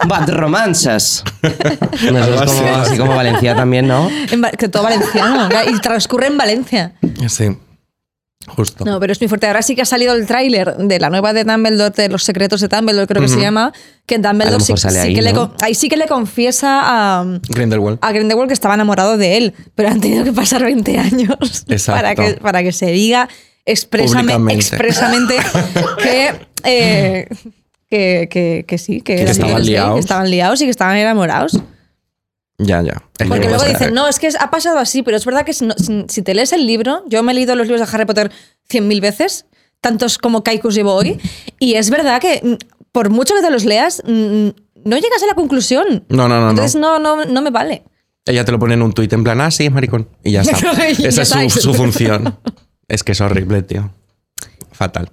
[SPEAKER 2] Bad romances. No sé,
[SPEAKER 3] Algo
[SPEAKER 2] es
[SPEAKER 3] así.
[SPEAKER 2] como, así como Valencia también, ¿no?
[SPEAKER 1] En Val- que todo valenciano claro, y transcurre en Valencia.
[SPEAKER 3] Sí. Justo.
[SPEAKER 1] No, pero es muy fuerte. Ahora sí que ha salido el tráiler de la nueva de Dumbledore, de los secretos de Dumbledore, creo que se llama, que
[SPEAKER 2] A lo
[SPEAKER 1] Dumbledore sí,
[SPEAKER 2] mejor sale
[SPEAKER 1] sí
[SPEAKER 2] ahí,
[SPEAKER 1] que le
[SPEAKER 2] ¿no?
[SPEAKER 1] con- ahí sí que le confiesa a,
[SPEAKER 3] Grindelwald.
[SPEAKER 1] a Grindelwald que estaba enamorado de él, pero han tenido que pasar 20 años
[SPEAKER 3] Exacto.
[SPEAKER 1] para que, para que se diga expresame-
[SPEAKER 3] Públicamente.
[SPEAKER 1] expresamente que, eh, que, que- que sí, que, eran
[SPEAKER 3] estaban
[SPEAKER 1] gay,
[SPEAKER 3] liados.
[SPEAKER 1] que estaban liados y que estaban enamorados.
[SPEAKER 3] Ya, ya. Es
[SPEAKER 1] Porque
[SPEAKER 3] que-
[SPEAKER 1] luego
[SPEAKER 3] o sea,
[SPEAKER 1] dicen, no, es que es- ha pasado así, pero es verdad que si, no- si- si te lees el libro, yo me he leído los libros de Harry Potter 100.000 veces, tantos como Kaikus llevo hoy, y es verdad que mm, por mucho que te los leas, mm, no llegas a la conclusión.
[SPEAKER 3] No, no, no, no.
[SPEAKER 1] Entonces no, no, no me vale.
[SPEAKER 3] Ella te lo pone en un tuit en plan, ah, sí, es maricón. Y ya está.
[SPEAKER 1] Y ya
[SPEAKER 3] Esa
[SPEAKER 1] está.
[SPEAKER 3] es su, su función. Es que es horrible, tío. Fatal.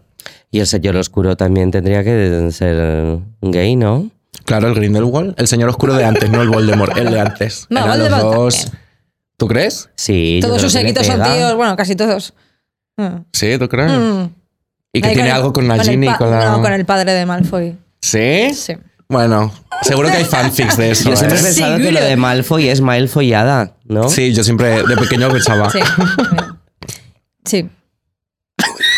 [SPEAKER 2] Y el señor oscuro también tendría que ser gay, ¿no?
[SPEAKER 3] Claro, el Grindelwald, el señor oscuro de antes, no el Voldemort, el de antes.
[SPEAKER 1] No,
[SPEAKER 3] Eran los
[SPEAKER 1] Voldemort
[SPEAKER 3] dos.
[SPEAKER 1] también.
[SPEAKER 3] ¿Tú crees?
[SPEAKER 2] Sí. yo
[SPEAKER 1] Todos
[SPEAKER 2] creo
[SPEAKER 1] sus
[SPEAKER 2] que le
[SPEAKER 1] seguitos son
[SPEAKER 2] pega.
[SPEAKER 1] tíos, bueno, casi todos. Mm.
[SPEAKER 3] Sí, ¿tú crees?
[SPEAKER 1] Mm.
[SPEAKER 3] Y que
[SPEAKER 1] Ahí
[SPEAKER 3] tiene
[SPEAKER 1] el-
[SPEAKER 3] algo con la
[SPEAKER 1] el
[SPEAKER 3] Ginny,
[SPEAKER 1] pa-
[SPEAKER 3] con la...
[SPEAKER 1] No, con el padre de Malfoy.
[SPEAKER 3] ¿Sí?
[SPEAKER 1] Sí.
[SPEAKER 3] Bueno, seguro que hay fanfics de eso.
[SPEAKER 2] Yo siempre he
[SPEAKER 3] ¿eh?
[SPEAKER 1] Sí,
[SPEAKER 2] pensado que
[SPEAKER 1] Julio.
[SPEAKER 2] lo de Malfoy es Mael follada, ¿no?
[SPEAKER 3] Sí, yo siempre de pequeño pensaba.
[SPEAKER 1] Sí. Sí.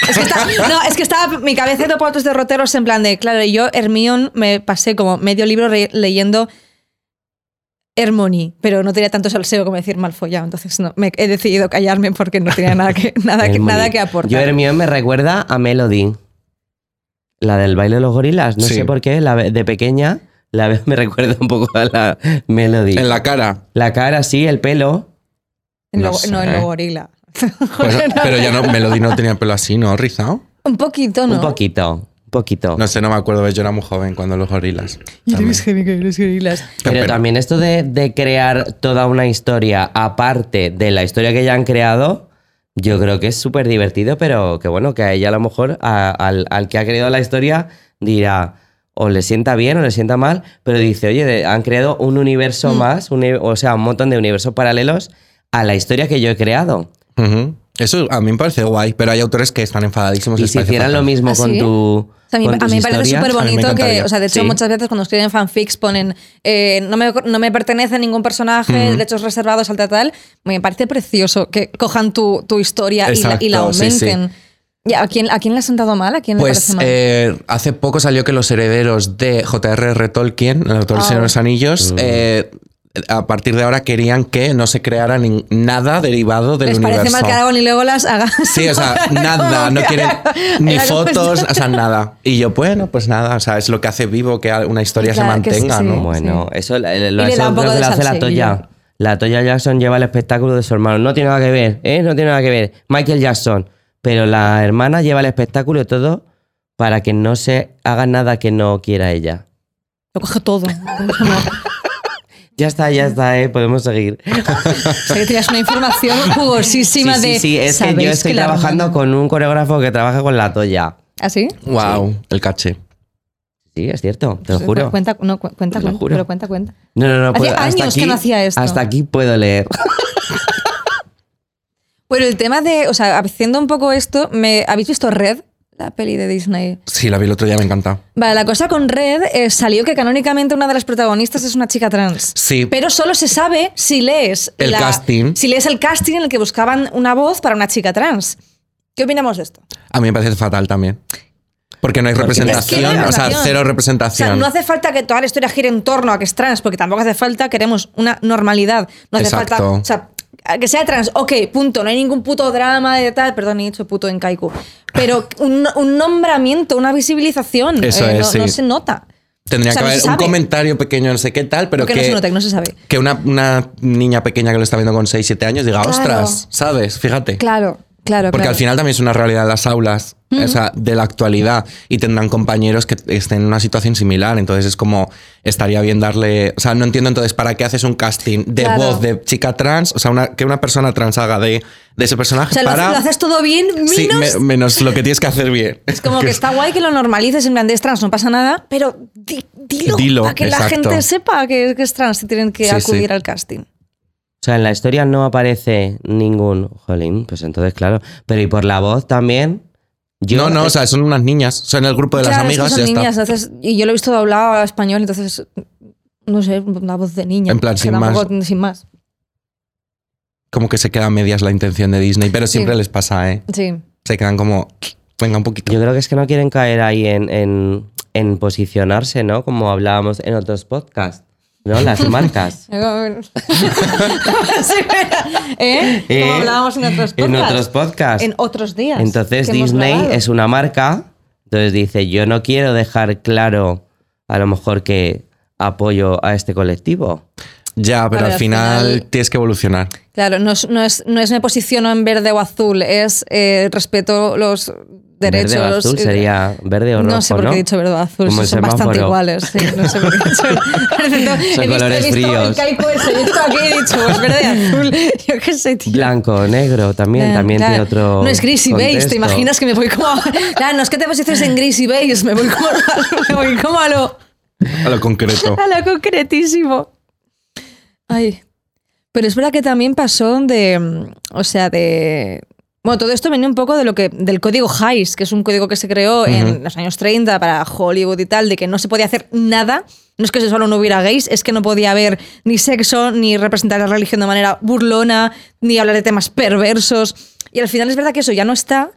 [SPEAKER 1] Es que está- no, es que estaba mi cabeza ido por otros derroteros en plan de, claro, y yo Hermión me pasé como medio libro re- leyendo Hermione, pero no tenía tanto salseo como decir mal follado, entonces no, me he decidido callarme porque no tenía nada que, nada que,
[SPEAKER 2] Hermione.
[SPEAKER 1] nada que aportar.
[SPEAKER 2] Yo Hermione me recuerda a Melody, la del baile de los gorilas. No
[SPEAKER 3] Sí.
[SPEAKER 2] sé por qué, la, ve- de pequeña la ve- me recuerda un poco a la Melody.
[SPEAKER 3] En
[SPEAKER 2] La...
[SPEAKER 3] la cara.
[SPEAKER 2] cara, sí, el pelo.
[SPEAKER 1] En lo-
[SPEAKER 3] no sé.
[SPEAKER 1] No, en lo gorila.
[SPEAKER 3] Pues, pero ya no, Melody no tenía pelo así, ¿no? Rizado.
[SPEAKER 1] Un poquito, ¿no?
[SPEAKER 2] Un poquito, un poquito.
[SPEAKER 3] No sé, no me acuerdo, ¿ves? yo era muy joven cuando los gorilas. También.
[SPEAKER 2] Pero,
[SPEAKER 3] Pero-
[SPEAKER 2] también esto de, de crear toda una historia aparte de la historia que ya han creado, yo creo que es súper divertido, pero que bueno, que a ella a lo mejor, a- al, al que ha creado la historia, dirá, o le sienta bien o le sienta mal, pero dice, oye, de- han creado un universo
[SPEAKER 1] Mm.
[SPEAKER 2] más, un uni- o sea, un montón de universos paralelos a la historia que yo he creado.
[SPEAKER 3] Ujú. Eso a mí me parece guay, pero hay autores Pues que están enfadadísimos.
[SPEAKER 2] Y
[SPEAKER 3] les
[SPEAKER 2] si
[SPEAKER 3] parece
[SPEAKER 2] hicieran lo
[SPEAKER 3] fatal.
[SPEAKER 2] mismo
[SPEAKER 1] ¿Ah,
[SPEAKER 2] con
[SPEAKER 1] sí?
[SPEAKER 2] tu...
[SPEAKER 1] O sea, a mí,
[SPEAKER 2] con
[SPEAKER 1] a
[SPEAKER 2] tus
[SPEAKER 1] mí me parece
[SPEAKER 2] historias,
[SPEAKER 1] súper
[SPEAKER 3] a mí me
[SPEAKER 1] bonito que,
[SPEAKER 3] encantaría.
[SPEAKER 1] o sea, de hecho
[SPEAKER 2] Sí.
[SPEAKER 1] muchas veces cuando escriben fanfics ponen eh, no, me, no me pertenece a ningún personaje, derechos reservados, al tal, tal. Me parece precioso que cojan tu, tu historia y la, y la
[SPEAKER 3] Exacto, sí, sí.
[SPEAKER 1] aumenten. ¿Y a, quién, ¿A quién le ha sentado mal? ¿A quién le
[SPEAKER 3] Pues
[SPEAKER 1] parece mal?
[SPEAKER 3] eh, hace poco salió que los herederos de J.R.R. Tolkien, el autor del
[SPEAKER 1] Ah.
[SPEAKER 3] Señor de los Anillos, eh, a partir de ahora querían que no se creara nin- nada derivado del
[SPEAKER 1] ¿Les
[SPEAKER 3] universo.
[SPEAKER 1] parece mal que Aragorn y Legolas hagan?
[SPEAKER 3] Sí, o sea, nada, no quieren ni fotos, o sea, nada. Y yo, bueno, pues nada, o sea, es lo que hace vivo que una historia
[SPEAKER 1] Claro,
[SPEAKER 3] se
[SPEAKER 1] que sí,
[SPEAKER 3] mantenga,
[SPEAKER 1] sí.
[SPEAKER 3] ¿no?
[SPEAKER 2] Bueno, eso, la- la-
[SPEAKER 1] le da
[SPEAKER 2] eso
[SPEAKER 1] un poco
[SPEAKER 2] creo que
[SPEAKER 1] de
[SPEAKER 2] lo hace la
[SPEAKER 1] salseillo.
[SPEAKER 2] Toya. La Toya Jackson lleva el espectáculo de su hermano. No tiene nada que ver, ¿eh? No tiene nada que ver. Michael Jackson. Pero la hermana lleva el espectáculo y todo para que no se haga nada que no quiera ella.
[SPEAKER 1] Lo coge todo. No,
[SPEAKER 2] Ya está, ya está, ¿eh? Podemos seguir.
[SPEAKER 1] sé que tenías una información jugosísima
[SPEAKER 2] sí,
[SPEAKER 1] de.
[SPEAKER 2] sí, sí, es que
[SPEAKER 1] ¿sabéis
[SPEAKER 2] yo estoy
[SPEAKER 1] la
[SPEAKER 2] trabajando
[SPEAKER 1] hermana-
[SPEAKER 2] con un coreógrafo que trabaja con la Toya.
[SPEAKER 1] ¿Ah, sí?
[SPEAKER 3] Wow, el caché.
[SPEAKER 2] Sí, es cierto, te lo
[SPEAKER 1] Pues,
[SPEAKER 2] juro.
[SPEAKER 1] Cuenta, no, cu- cuenta,
[SPEAKER 2] Te lo
[SPEAKER 1] cuenta,
[SPEAKER 2] juro.
[SPEAKER 1] pero cuenta, cuenta.
[SPEAKER 2] No, no, no.
[SPEAKER 1] Hace
[SPEAKER 2] puedo- hasta
[SPEAKER 1] años que
[SPEAKER 2] aquí-
[SPEAKER 1] no hacía esto.
[SPEAKER 2] Hasta aquí puedo leer.
[SPEAKER 1] Pero el tema de, o sea, haciendo un poco esto, me, ¿habéis visto Red? La peli de Disney.
[SPEAKER 3] Sí, la vi el otro día, me encanta.
[SPEAKER 1] Vale, la cosa con Red eh, salió que canónicamente una de las protagonistas es una chica trans.
[SPEAKER 3] Sí.
[SPEAKER 1] Pero solo se sabe si lees
[SPEAKER 3] El
[SPEAKER 1] la-
[SPEAKER 3] casting.
[SPEAKER 1] Si lees el casting en el que buscaban una voz para una chica trans. ¿Qué opinamos de esto?
[SPEAKER 3] A mí me parece fatal también. Porque no hay
[SPEAKER 2] Porque-
[SPEAKER 3] representación,
[SPEAKER 1] Es que no hay
[SPEAKER 3] o sea,
[SPEAKER 1] relación.
[SPEAKER 3] cero
[SPEAKER 1] O sea,
[SPEAKER 3] representación.
[SPEAKER 1] no hace falta que toda la historia gire en torno a que es trans, porque tampoco hace falta, queremos una normalidad. No hace
[SPEAKER 3] Exacto.
[SPEAKER 1] falta. O sea, a que sea trans, ok, punto. No hay ningún puto drama de tal. Perdón, he dicho puto en Kaiku. Pero un, un nombramiento, una visibilización,
[SPEAKER 3] Eso
[SPEAKER 1] eh,
[SPEAKER 3] es,
[SPEAKER 1] no, no
[SPEAKER 3] sí.
[SPEAKER 1] se nota.
[SPEAKER 3] Tendría
[SPEAKER 1] o sea,
[SPEAKER 3] que
[SPEAKER 1] no
[SPEAKER 3] haber
[SPEAKER 1] se
[SPEAKER 3] un
[SPEAKER 1] sabe.
[SPEAKER 3] comentario pequeño, no sé qué tal, pero
[SPEAKER 1] Porque
[SPEAKER 3] que,
[SPEAKER 1] no se nota, que no se sabe.
[SPEAKER 3] que una, una niña pequeña que lo está viendo con 6, 7 años diga,
[SPEAKER 1] Claro.
[SPEAKER 3] ostras, ¿sabes? Fíjate.
[SPEAKER 1] Claro, claro,
[SPEAKER 3] Porque
[SPEAKER 1] claro.
[SPEAKER 3] al final también es una realidad en las aulas, o sea, de la actualidad, y tendrán compañeros que estén en una situación similar, entonces es como, estaría bien darle, o sea, no entiendo entonces, ¿para qué haces un casting de
[SPEAKER 1] Claro.
[SPEAKER 3] voz de chica trans? O sea, una- que una persona trans haga de, de ese personaje
[SPEAKER 1] O sea, lo,
[SPEAKER 3] para...
[SPEAKER 1] lo haces todo bien, menos.
[SPEAKER 3] Sí, me- menos lo que tienes que hacer bien.
[SPEAKER 1] es como que está guay que lo normalices en plan de es trans, no pasa nada, pero di- dilo,
[SPEAKER 3] Dilo,
[SPEAKER 1] para que la
[SPEAKER 3] exacto.
[SPEAKER 1] gente sepa que, que es trans y tienen que
[SPEAKER 3] Sí, sí.
[SPEAKER 1] acudir al casting.
[SPEAKER 2] O sea, en la historia no aparece ningún. Jolín, pues entonces, claro. Pero y por la voz también.
[SPEAKER 3] no, no, o
[SPEAKER 2] eh,
[SPEAKER 3] sea, son unas niñas, son el grupo de Pues las
[SPEAKER 1] Claro, es que
[SPEAKER 3] amigas,
[SPEAKER 1] son
[SPEAKER 3] ya
[SPEAKER 1] niñas,
[SPEAKER 3] está.
[SPEAKER 1] entonces- y yo lo he visto doblado a español, entonces, no sé, una voz de niña.
[SPEAKER 3] En plan,
[SPEAKER 1] que
[SPEAKER 3] sin
[SPEAKER 1] tampoco- sin más.
[SPEAKER 3] Como que se queda a medias la intención de Disney, pero siempre
[SPEAKER 1] Sí.
[SPEAKER 3] les pasa, ¿eh?
[SPEAKER 1] Sí.
[SPEAKER 3] Se quedan como, venga, un poquito.
[SPEAKER 2] Yo creo que es que no quieren caer ahí en, en- en posicionarse, ¿no? Como hablábamos en otros podcasts, ¿no? Las marcas.
[SPEAKER 1] ¿Eh? Sí, ¿Eh?
[SPEAKER 2] Eh,
[SPEAKER 1] Como hablábamos en otros podcasts.
[SPEAKER 2] en otros podcasts.
[SPEAKER 1] En otros días.
[SPEAKER 2] Entonces
[SPEAKER 1] que hemos
[SPEAKER 2] Disney
[SPEAKER 1] grabado.
[SPEAKER 2] es una marca, entonces dice, yo no quiero dejar claro a lo mejor que apoyo a este colectivo.
[SPEAKER 3] Ya, pero
[SPEAKER 1] Vale,
[SPEAKER 3] al
[SPEAKER 1] al
[SPEAKER 3] final,
[SPEAKER 1] final-
[SPEAKER 3] tienes que evolucionar.
[SPEAKER 1] Claro, no es, no, es, no es me posiciono en verde o azul, es eh, respeto los derechos. eh,
[SPEAKER 2] verde o azul
[SPEAKER 1] los-
[SPEAKER 2] sería verde o rojo,
[SPEAKER 1] no sé por qué he dicho verde o azul,
[SPEAKER 2] Como
[SPEAKER 1] sí,
[SPEAKER 2] el
[SPEAKER 1] son bastante
[SPEAKER 2] semáforo.
[SPEAKER 1] iguales. sí, no sé por qué he dicho verde. He visto-
[SPEAKER 2] colores
[SPEAKER 1] he visto
[SPEAKER 2] fríos.
[SPEAKER 1] el caico ese, he visto aquí y he dicho, pues verde y azul. Yo qué sé, tío.
[SPEAKER 2] Blanco, negro, también,
[SPEAKER 1] Eh,
[SPEAKER 2] también
[SPEAKER 1] claro.
[SPEAKER 2] tiene otro
[SPEAKER 1] No es gris y beige,
[SPEAKER 2] contexto.
[SPEAKER 1] ¿te imaginas que me voy como a... Claro, no es que te posiciones en gris y beige, me voy como a, me voy como a lo,
[SPEAKER 3] A lo concreto.
[SPEAKER 1] a lo concretísimo. Ay. Pero es verdad que también pasó de... mm, O sea, de... Bueno, todo esto venía un poco de lo que, del código Hays, que es un código que se creó en los años 30 para Hollywood y tal, de que no se podía hacer nada. No es que solo no hubiera gays, es que no podía haber ni sexo, ni representar la religión de manera burlona, ni hablar de temas perversos. Y al final es verdad que eso ya no está,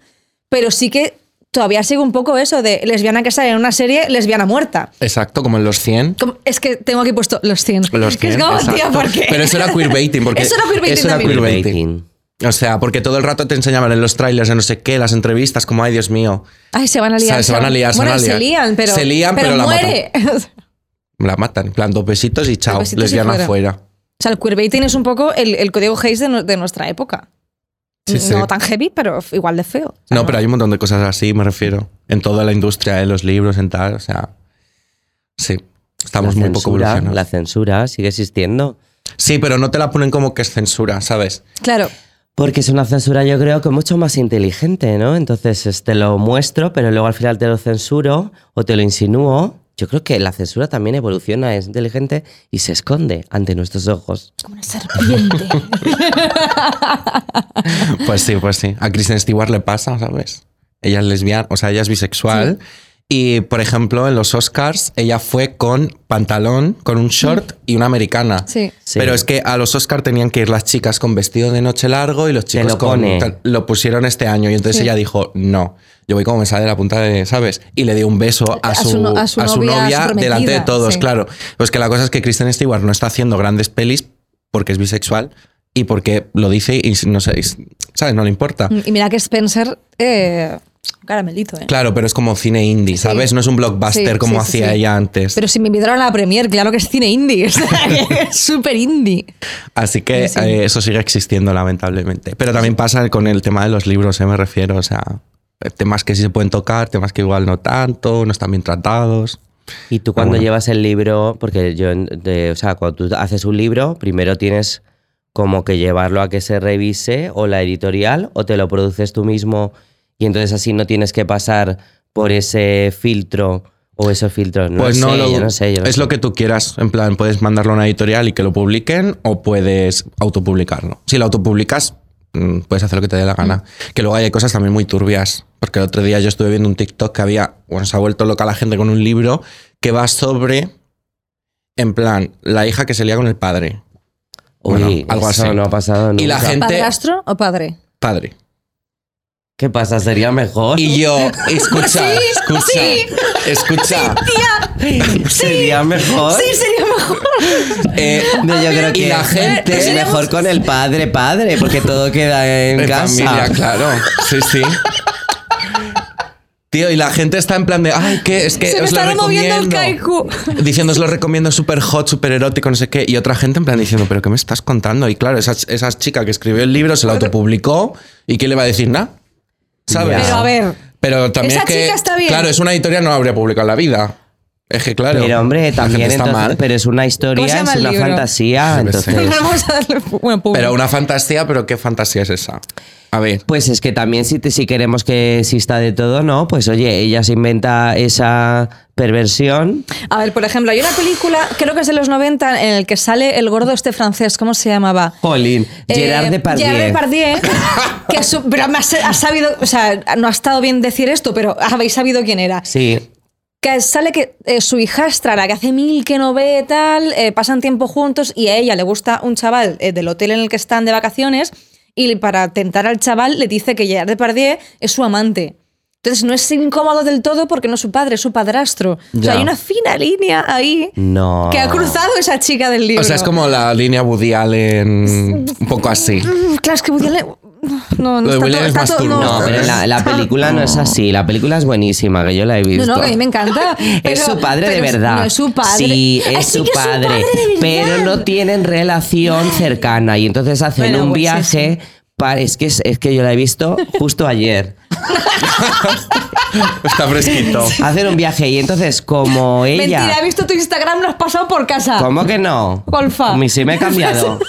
[SPEAKER 1] pero sí que todavía sigue un poco eso de lesbiana que sale en una serie, lesbiana muerta.
[SPEAKER 3] Exacto, como en los 100.
[SPEAKER 1] Como- es que tengo aquí puesto los 100.
[SPEAKER 3] Los
[SPEAKER 1] Que es
[SPEAKER 3] 100,
[SPEAKER 1] como, tío,
[SPEAKER 3] exacto.
[SPEAKER 1] ¿por qué?
[SPEAKER 3] Pero eso era queerbaiting. Porque
[SPEAKER 1] Eso era queerbaiting
[SPEAKER 3] eso era
[SPEAKER 1] también.
[SPEAKER 3] queerbaiting.
[SPEAKER 2] Queerbaiting.
[SPEAKER 3] O sea, porque todo el rato te enseñaban en los trailers, en no sé qué, las entrevistas, como, ay, Dios mío,
[SPEAKER 1] Ay, se van a liar.
[SPEAKER 3] Se- se van a liar, se
[SPEAKER 1] Bueno,
[SPEAKER 3] van a liar.
[SPEAKER 1] se lían, pero.
[SPEAKER 3] Se lían, pero la
[SPEAKER 1] muere. o
[SPEAKER 3] la matan. En plan, dos besitos y chao,
[SPEAKER 1] Dos besitos y
[SPEAKER 3] lesbiana
[SPEAKER 1] fuera.
[SPEAKER 3] fuera.
[SPEAKER 1] sea, el queerbaiting es un poco el, el código Hayes de, nu- de nuestra época.
[SPEAKER 3] Sí, sí.
[SPEAKER 1] No tan heavy, pero f- igual de feo. O sea,
[SPEAKER 3] No, pero hay un montón de cosas así, me refiero. En toda la industria, en los libros, en tal, o sea. Sí, estamos
[SPEAKER 2] La
[SPEAKER 3] muy poco
[SPEAKER 2] censura,
[SPEAKER 3] evolucionados.
[SPEAKER 2] La censura sigue existiendo.
[SPEAKER 3] Sí, pero no te la ponen como que es censura, ¿sabes?
[SPEAKER 1] Claro.
[SPEAKER 2] Porque es una censura, yo creo que mucho más inteligente, ¿no? Entonces es, te lo muestro, pero luego al final te lo censuro o te lo insinúo. Yo creo que la censura también evoluciona, es inteligente y se esconde ante nuestros ojos.
[SPEAKER 1] Es como una serpiente.
[SPEAKER 3] Pues sí, pues sí. A Kristen Stewart le pasa, ¿sabes? Ella es lesbiana, o sea, ella es bisexual. Y, por ejemplo, en los Oscars, ella fue con pantalón, con un short y una americana.
[SPEAKER 1] Sí.
[SPEAKER 2] Sí.
[SPEAKER 3] Pero es que a los Oscar tenían que ir las chicas con vestido de noche largo y los
[SPEAKER 2] Te
[SPEAKER 3] chicos
[SPEAKER 2] lo
[SPEAKER 3] con-
[SPEAKER 2] pone.
[SPEAKER 3] tal- lo pusieron este año y entonces
[SPEAKER 1] Sí.
[SPEAKER 3] ella dijo, no, yo voy como me sale de la punta de, ¿sabes? Y le dio un beso a
[SPEAKER 1] A
[SPEAKER 3] su,
[SPEAKER 1] su no- a su
[SPEAKER 3] a su
[SPEAKER 1] novia,
[SPEAKER 3] novia,
[SPEAKER 1] a su
[SPEAKER 3] delante de
[SPEAKER 1] prometida,
[SPEAKER 3] todos,
[SPEAKER 1] sí.
[SPEAKER 3] claro. Pues que la cosa es que Kristen Stewart no está haciendo grandes pelis porque es bisexual y porque lo dice y no sé, y- ¿sabes? No le importa.
[SPEAKER 1] Y mira que Spencer. Eh, un caramelito, ¿eh?
[SPEAKER 3] Claro, pero es como cine indie,
[SPEAKER 1] Sí.
[SPEAKER 3] ¿sabes? No es un blockbuster
[SPEAKER 1] Sí,
[SPEAKER 3] como
[SPEAKER 1] sí, sí,
[SPEAKER 3] hacía
[SPEAKER 1] sí.
[SPEAKER 3] ella antes.
[SPEAKER 1] Pero si me invitaron a la premier, claro que es cine indie. o sea, que Es súper indie.
[SPEAKER 3] Así que
[SPEAKER 1] Sí.
[SPEAKER 3] eh, eso sigue existiendo, lamentablemente. Pero también pasa con el tema de los libros, eh, me refiero. O sea, eh, temas que sí se pueden tocar, temas que igual no tanto, no están bien tratados.
[SPEAKER 2] Y tú cuando
[SPEAKER 3] Ah, bueno.
[SPEAKER 2] llevas el libro, porque yo, en- de- o sea, cuando tú haces un libro, primero tienes como que llevarlo a que se revise o la editorial o te lo produces tú mismo y entonces así no tienes que pasar por ese filtro o esos filtros. No
[SPEAKER 3] pues
[SPEAKER 2] sé,
[SPEAKER 3] no, lo-
[SPEAKER 2] yo no sé. yo no
[SPEAKER 3] es lo
[SPEAKER 2] sé.
[SPEAKER 3] que tú quieras. En plan, puedes mandarlo a una editorial y que lo publiquen o puedes autopublicarlo. Si lo autopublicas, mm, puedes hacer lo que te dé la gana.
[SPEAKER 1] Mm.
[SPEAKER 3] Que luego hay cosas también muy turbias. Porque el otro día yo estuve viendo un TikTok que había, bueno, se ha vuelto loca la gente con un libro que va sobre, en plan, la hija que se lía con el padre.
[SPEAKER 2] Uy,
[SPEAKER 3] Bueno, algo
[SPEAKER 2] eso
[SPEAKER 3] así.
[SPEAKER 2] no ha pasado nunca.
[SPEAKER 3] Y la gente-
[SPEAKER 1] ¿Padrastro o padre?
[SPEAKER 3] Padre.
[SPEAKER 2] ¿Qué pasa? ¿Sería mejor?
[SPEAKER 3] Y yo, escucha, escucha,
[SPEAKER 1] sí.
[SPEAKER 3] escucha.
[SPEAKER 2] ¿Sería mejor?
[SPEAKER 1] Sí, sería mejor.
[SPEAKER 3] Eh,
[SPEAKER 2] No, yo creo
[SPEAKER 3] Y
[SPEAKER 2] que
[SPEAKER 3] la gente-
[SPEAKER 2] es mejor con el padre, padre, porque todo queda en,
[SPEAKER 3] en
[SPEAKER 2] casa.
[SPEAKER 3] familia, claro. Sí, sí. Tío, y la gente está en plan de, ay, ¿qué? Es que
[SPEAKER 1] Se me
[SPEAKER 3] os
[SPEAKER 1] está
[SPEAKER 3] lo
[SPEAKER 1] removiendo el
[SPEAKER 3] recomiendo". Diciendo, os lo recomiendo súper hot, súper erótico, no sé qué. Y otra gente en plan diciendo, ¿pero qué me estás contando? Y claro, esa, esa chica que escribió el libro se lo autopublicó y ¿quién le va a decir nada? ¿Sabes?
[SPEAKER 2] Ya.
[SPEAKER 1] Pero a ver.
[SPEAKER 3] Pero
[SPEAKER 1] Esa
[SPEAKER 3] también es que.
[SPEAKER 1] chica está bien.
[SPEAKER 3] Claro, es una editorial, no la habría publicado en la vida. Es que, claro.
[SPEAKER 2] Pero hombre,
[SPEAKER 3] la gente
[SPEAKER 2] también
[SPEAKER 3] está
[SPEAKER 2] entonces-
[SPEAKER 3] mal.
[SPEAKER 2] pero es una historia,
[SPEAKER 1] llama
[SPEAKER 2] es
[SPEAKER 1] el
[SPEAKER 2] una
[SPEAKER 1] libro?
[SPEAKER 2] fantasía,
[SPEAKER 3] Yo qué sé.
[SPEAKER 2] entonces
[SPEAKER 1] Vamos a darle buen público.
[SPEAKER 3] Pero una fantasía, pero ¿qué fantasía es esa? A ver.
[SPEAKER 2] pues es que también si, te- si queremos que exista de todo, no, pues oye, ella se inventa esa perversión.
[SPEAKER 1] A ver, por ejemplo, hay una película, creo que es de los 90, en el que sale el gordo este francés, ¿cómo se llamaba?
[SPEAKER 2] Jolín,
[SPEAKER 1] Eh,
[SPEAKER 2] Gerard Depardieu.
[SPEAKER 1] Gerard Depardieu, que es su- pero me has, has sabido, o sea, no ha estado bien decir esto, pero habéis sabido quién era.
[SPEAKER 2] Sí.
[SPEAKER 1] Que sale que eh, su hijastra, la que hace mil que no ve tal, eh, pasan tiempo juntos y a ella le gusta un chaval eh, del hotel en el que están de vacaciones y para tentar al chaval le dice que Gerard Depardieu es su amante. Entonces no es incómodo del todo porque no es su padre, es su padrastro. O
[SPEAKER 3] Ya.
[SPEAKER 1] sea, hay una fina línea ahí
[SPEAKER 2] No.
[SPEAKER 1] que ha cruzado esa chica del libro.
[SPEAKER 3] O sea, es como la línea Woody Allen, un poco así.
[SPEAKER 1] Mm, Claro, es que Woody Allen- No, no
[SPEAKER 3] Lo de
[SPEAKER 1] está
[SPEAKER 3] Woody
[SPEAKER 1] todo-
[SPEAKER 3] Allen es
[SPEAKER 1] está
[SPEAKER 3] más
[SPEAKER 1] todo-
[SPEAKER 3] turno,
[SPEAKER 2] No,
[SPEAKER 1] no,
[SPEAKER 2] pero la, la película no es así. La película es buenísima, que yo la he visto.
[SPEAKER 1] No, no, que a mí me encanta. pero-
[SPEAKER 2] es su padre de
[SPEAKER 1] pero es-
[SPEAKER 2] verdad.
[SPEAKER 1] No es su padre.
[SPEAKER 2] Sí, es,
[SPEAKER 1] Ay, sí
[SPEAKER 2] su,
[SPEAKER 1] que es
[SPEAKER 2] padre,
[SPEAKER 1] de
[SPEAKER 2] Pero
[SPEAKER 1] verdad.
[SPEAKER 2] no tienen relación cercana. Y entonces hacen
[SPEAKER 1] Bueno,
[SPEAKER 2] un
[SPEAKER 1] pues sí,
[SPEAKER 2] viaje. pa- Es que, es, es que yo la he visto justo ayer.
[SPEAKER 3] Está fresquito.
[SPEAKER 2] Hacen un viaje y entonces, como ella.
[SPEAKER 1] Mentira, he visto tu Instagram, lo has pasado por casa.
[SPEAKER 2] ¿Cómo que no?
[SPEAKER 1] Golfa.
[SPEAKER 2] Mi- Sí, me he cambiado.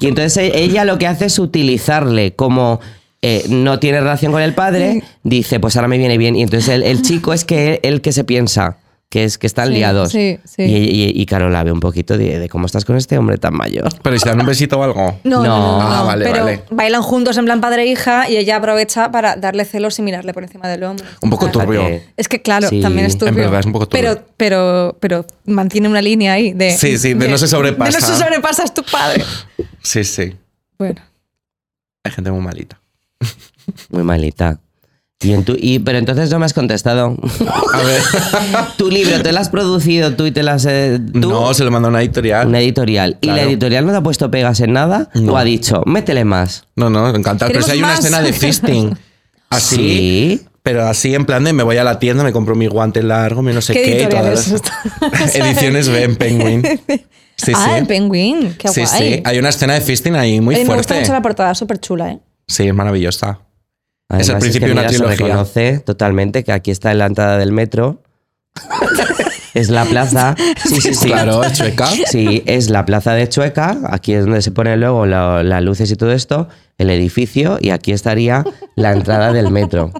[SPEAKER 2] y entonces e- ella lo que hace es utilizarle como. eh, no tiene relación con el padre, dice, pues ahora me viene bien. Y entonces el, el chico es que el que se piensa, que es que están
[SPEAKER 1] Sí,
[SPEAKER 2] liados.
[SPEAKER 1] sí, sí.
[SPEAKER 2] Y, y, y claro, la ve un poquito de, de cómo estás con este hombre tan mayor.
[SPEAKER 3] Pero ¿y si dan un besito o algo.
[SPEAKER 1] No, no, no,
[SPEAKER 2] No.
[SPEAKER 1] no,
[SPEAKER 3] Ah,
[SPEAKER 1] no,
[SPEAKER 3] vale,
[SPEAKER 1] pero
[SPEAKER 3] vale.
[SPEAKER 1] bailan juntos en plan padre e hija y ella aprovecha para darle celos y mirarle por encima del hombro.
[SPEAKER 3] Un poco
[SPEAKER 1] Claro.
[SPEAKER 3] turbio.
[SPEAKER 1] Es que claro,
[SPEAKER 2] Sí,
[SPEAKER 1] también es
[SPEAKER 2] en
[SPEAKER 1] turbio.
[SPEAKER 3] verdad, es un poco turbio.
[SPEAKER 1] Pero, pero, pero mantiene una línea ahí de.
[SPEAKER 3] Sí, sí, de no se sobrepasa.
[SPEAKER 1] De no se sobrepasa, es tu padre.
[SPEAKER 3] Sí, sí.
[SPEAKER 1] Bueno.
[SPEAKER 3] Hay gente muy malita.
[SPEAKER 2] Muy malita. Y en tu- y- pero entonces no me has contestado.
[SPEAKER 3] A ver.
[SPEAKER 2] tu libro, ¿te lo has producido tú y te lo has... eh, tú?
[SPEAKER 3] No, se lo mandó una editorial.
[SPEAKER 2] Una editorial. ¿Y la
[SPEAKER 3] Claro.
[SPEAKER 2] editorial no te ha puesto pegas en nada?
[SPEAKER 3] No.
[SPEAKER 2] ¿O ha dicho, métele más?
[SPEAKER 3] No, no, encantado. Pero
[SPEAKER 1] Queremos
[SPEAKER 3] si hay una
[SPEAKER 1] más.
[SPEAKER 3] escena de fisting. Así.
[SPEAKER 2] Sí.
[SPEAKER 3] Pero así, en plan de me voy a la tienda, me compro mi guante largo, mi no sé
[SPEAKER 1] ¿Qué
[SPEAKER 3] qué. y
[SPEAKER 1] editorial
[SPEAKER 3] todas
[SPEAKER 1] es
[SPEAKER 3] las-
[SPEAKER 1] esta?
[SPEAKER 3] Ediciones B en Penguin. Sí,
[SPEAKER 1] ah,
[SPEAKER 3] sí.
[SPEAKER 1] el penguín. Qué
[SPEAKER 3] sí,
[SPEAKER 1] guay.
[SPEAKER 3] sí. Hay una escena de fisting ahí muy
[SPEAKER 1] Eh, me gusta
[SPEAKER 3] fuerte.
[SPEAKER 1] mucho la portada, súper chula, ¿eh?
[SPEAKER 3] Sí, es maravillosa.
[SPEAKER 2] Además,
[SPEAKER 3] Es el principio de una
[SPEAKER 2] mira, Se
[SPEAKER 3] trilogía.
[SPEAKER 2] reconoce totalmente que aquí está en la entrada del metro. es la plaza. Sí, sí, sí.
[SPEAKER 3] Claro, es chueca.
[SPEAKER 2] Sí, es la plaza de Chueca. Aquí es donde se ponen luego la- las luces y todo esto. El edificio. Y aquí estaría la entrada del metro.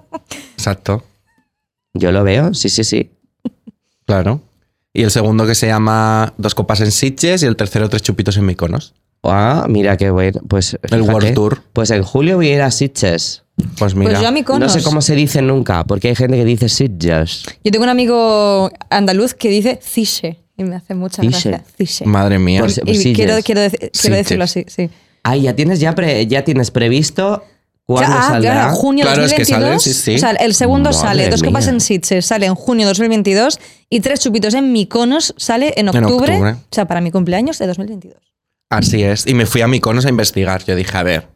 [SPEAKER 3] Exacto.
[SPEAKER 2] Yo lo veo. Sí, sí, sí.
[SPEAKER 3] Claro. Y el segundo que se llama Dos copas en Sitges y el tercero Tres chupitos en Mykonos.
[SPEAKER 2] Ah, mira qué bueno. Pues,
[SPEAKER 3] El World Tour.
[SPEAKER 2] Pues en julio voy a ir a Sitges.
[SPEAKER 3] Pues mira.
[SPEAKER 1] Pues yo a mi
[SPEAKER 2] No sé cómo se dice nunca, porque hay gente que dice Sitges.
[SPEAKER 1] Yo tengo un amigo andaluz que dice ciche y me hace mucha
[SPEAKER 2] Ciche.
[SPEAKER 1] gracia. Ciche.
[SPEAKER 3] Madre mía.
[SPEAKER 2] Pues-
[SPEAKER 1] Y
[SPEAKER 2] Sillas.
[SPEAKER 1] quiero, quiero, dec- quiero
[SPEAKER 3] Sillas.
[SPEAKER 1] decirlo así, sí.
[SPEAKER 2] Ay, ya tienes, ya pre- ya tienes previsto cuándo
[SPEAKER 1] ah,
[SPEAKER 2] saldrá.
[SPEAKER 1] claro, junio
[SPEAKER 3] Claro, es que
[SPEAKER 1] 2022.
[SPEAKER 3] sale, sí, sí.
[SPEAKER 1] O sea, el segundo
[SPEAKER 2] Madre
[SPEAKER 1] sale, dos copas
[SPEAKER 2] mía.
[SPEAKER 1] en Sitges sale en junio 2022 y tres chupitos en Miconos sale en
[SPEAKER 3] En
[SPEAKER 1] octubre,
[SPEAKER 3] octubre.
[SPEAKER 1] O sea, para mi cumpleaños de 2022.
[SPEAKER 3] Así es. Y me fui a Mykonos a investigar. Yo dije, a ver,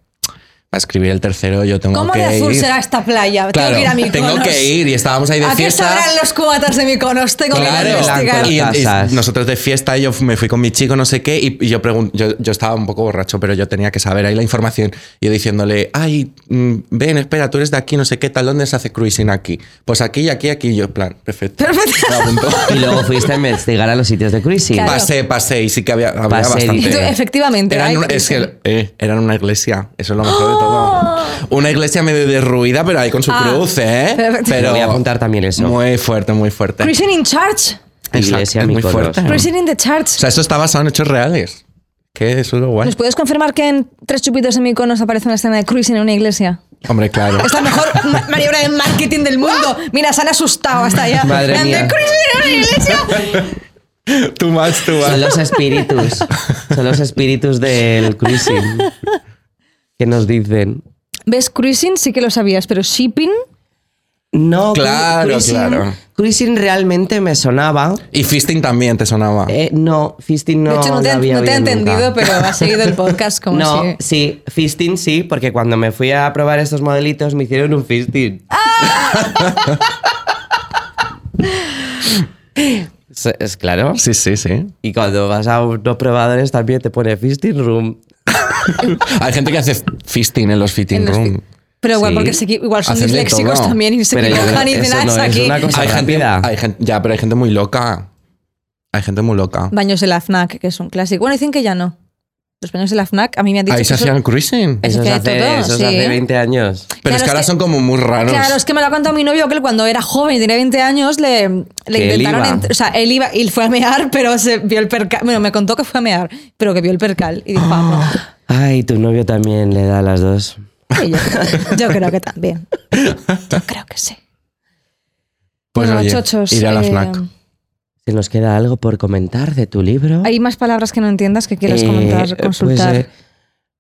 [SPEAKER 3] para escribir el tercero yo tengo
[SPEAKER 1] ¿Cómo
[SPEAKER 3] que
[SPEAKER 1] de azul
[SPEAKER 3] ir.
[SPEAKER 1] será esta playa?
[SPEAKER 3] Claro,
[SPEAKER 1] tengo que ir a Miconos.
[SPEAKER 3] tengo que ir. Y estábamos ahí de
[SPEAKER 1] ¿A qué
[SPEAKER 3] fiesta.
[SPEAKER 1] sabrán los cubatas de Miconos? Tengo que ir a
[SPEAKER 3] Claro,
[SPEAKER 1] investigar.
[SPEAKER 3] y,
[SPEAKER 2] las
[SPEAKER 3] y
[SPEAKER 2] casas.
[SPEAKER 3] nosotros de fiesta, yo me fui con mi chico, no sé qué, y, y yo, pregun- yo yo estaba un poco borracho, pero yo tenía que saber ahí la información. Yo diciéndole, ay, mm, ven, espera, tú eres de aquí, no sé qué, tal, ¿dónde se hace cruising aquí? Pues aquí, y aquí, aquí, y yo, en plan, perfecto. Me apunto.
[SPEAKER 2] Y luego fuiste a investigar a los sitios de cruising.
[SPEAKER 1] Claro.
[SPEAKER 3] Pasé, pasé, y sí que había, había
[SPEAKER 2] Pasé,
[SPEAKER 3] bastante.
[SPEAKER 2] dice.
[SPEAKER 1] Efectivamente,
[SPEAKER 3] Eran,
[SPEAKER 1] hay
[SPEAKER 3] un- es
[SPEAKER 1] cruising.
[SPEAKER 3] que, eh, eran una iglesia, eso es lo mejor de todo. Una iglesia medio derruida, pero ahí con su
[SPEAKER 1] Ah,
[SPEAKER 3] cruz, ¿eh?
[SPEAKER 1] perfecto.
[SPEAKER 3] Pero
[SPEAKER 2] Voy a apuntar también eso.
[SPEAKER 3] Muy fuerte, muy fuerte.
[SPEAKER 1] Cruising in church.
[SPEAKER 2] Iglesia
[SPEAKER 3] es muy
[SPEAKER 2] Mykonos.
[SPEAKER 3] fuerte. ¿no?
[SPEAKER 1] Cruising in the
[SPEAKER 3] O
[SPEAKER 1] church.
[SPEAKER 3] sea, esto está basado en hechos reales. Que eso es lo guay.
[SPEAKER 1] ¿Nos puedes confirmar que en Tres Chupitos en Miconos aparece una escena de cruising en una iglesia?
[SPEAKER 3] Hombre, claro.
[SPEAKER 1] Es la mejor ma- maniobra de marketing del mundo. Mira, se han asustado hasta allá.
[SPEAKER 2] Madre
[SPEAKER 1] Me han
[SPEAKER 2] mía.
[SPEAKER 1] de cruising en una iglesia.
[SPEAKER 3] tú más, tú
[SPEAKER 2] Son los espíritus. Son los espíritus del cruising. Que nos dicen.
[SPEAKER 1] ¿Ves? Cruising sí que lo sabías, pero shipping...
[SPEAKER 2] No, cru-
[SPEAKER 3] Claro,
[SPEAKER 2] cruising,
[SPEAKER 3] claro.
[SPEAKER 2] Cruising realmente me sonaba.
[SPEAKER 3] Y fisting también te sonaba.
[SPEAKER 2] Eh, no, fisting no.
[SPEAKER 1] de hecho, no te,
[SPEAKER 2] lo había
[SPEAKER 1] no te he
[SPEAKER 2] oído nunca.
[SPEAKER 1] entendido, pero has seguido el podcast como
[SPEAKER 2] no,
[SPEAKER 1] si...
[SPEAKER 2] sí, fisting sí, porque cuando me fui a probar estos modelitos me hicieron un fisting.
[SPEAKER 1] Ah.
[SPEAKER 2] es, es claro.
[SPEAKER 3] Sí, sí, sí.
[SPEAKER 2] Y cuando vas a unos probadores también te pone fisting room.
[SPEAKER 3] Hay gente que hace fisting en los
[SPEAKER 1] en
[SPEAKER 3] fitting
[SPEAKER 1] los
[SPEAKER 3] room.
[SPEAKER 1] fi- Pero igual,
[SPEAKER 2] Sí.
[SPEAKER 1] porque se equi- igual son
[SPEAKER 3] Hacen de
[SPEAKER 1] disléxicos
[SPEAKER 3] todo.
[SPEAKER 1] también y se
[SPEAKER 2] Pero yo creo
[SPEAKER 1] equivocan y
[SPEAKER 2] que
[SPEAKER 1] dicen,
[SPEAKER 2] eso
[SPEAKER 1] ah,
[SPEAKER 2] no
[SPEAKER 1] es
[SPEAKER 2] es
[SPEAKER 1] aquí.
[SPEAKER 2] una cosa-
[SPEAKER 3] Hay gente,
[SPEAKER 2] rápida.
[SPEAKER 3] hay gente- ya, pero hay gente muy loca. Hay gente muy loca.
[SPEAKER 1] Baños de la FNAC, que es un clásico. Bueno, dicen que ya no. Los baños de la FNAC, a mí me han dicho
[SPEAKER 3] Ahí
[SPEAKER 1] que
[SPEAKER 3] se
[SPEAKER 1] eso-
[SPEAKER 3] hacían cruising.
[SPEAKER 1] Es
[SPEAKER 2] Eso es
[SPEAKER 1] que hay
[SPEAKER 2] hace,
[SPEAKER 1] todo,
[SPEAKER 2] eso es
[SPEAKER 1] sí.
[SPEAKER 2] hace 20 años.
[SPEAKER 3] Pero
[SPEAKER 1] Claro,
[SPEAKER 3] es que ahora
[SPEAKER 1] es que-
[SPEAKER 3] son como muy raros.
[SPEAKER 1] Claro, es que me lo ha contado mi novio que él cuando era joven y tenía 20 años le, le
[SPEAKER 2] Que él
[SPEAKER 1] intentaron.
[SPEAKER 2] iba.
[SPEAKER 1] ent- O sea, él iba y fue a mear, pero se vio el percal. Bueno, me contó que fue a mear, pero que vio el percal y dijo, "Ah,
[SPEAKER 2] Ay, tu novio también le da a las dos.
[SPEAKER 1] no". Y yo, yo creo que también. Yo creo que sí.
[SPEAKER 3] Pues
[SPEAKER 1] bueno,
[SPEAKER 3] oye,
[SPEAKER 1] chochos.
[SPEAKER 3] ir a la
[SPEAKER 1] eh,
[SPEAKER 3] FNAC.
[SPEAKER 2] Si nos queda algo por comentar de tu libro.
[SPEAKER 1] Hay más palabras que no entiendas que quieras
[SPEAKER 2] Eh,
[SPEAKER 1] comentar, consultar.
[SPEAKER 2] pues, eh,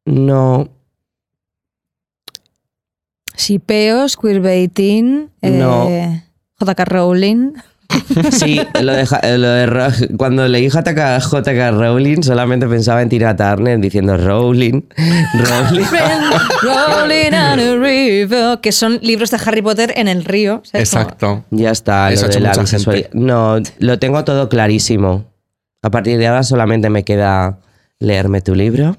[SPEAKER 2] no,
[SPEAKER 1] Shipeos, queerbaiting, eh,
[SPEAKER 2] No.
[SPEAKER 1] JK Rowling.
[SPEAKER 2] Sí, lo de, Ja- lo de Ro- cuando leí JK, JK Rowling solamente pensaba en Tina Turner diciendo Rowling, Rowling.
[SPEAKER 1] Rolling on a river, que son libros de Harry Potter en el río. ¿sabes? Como-
[SPEAKER 3] Exacto.
[SPEAKER 2] Ya está,
[SPEAKER 3] Eso ha
[SPEAKER 2] lo
[SPEAKER 3] hecho
[SPEAKER 2] de la
[SPEAKER 3] mucha
[SPEAKER 2] bisexualidad. No, lo tengo todo clarísimo. A partir de ahora solamente me queda leerme tu libro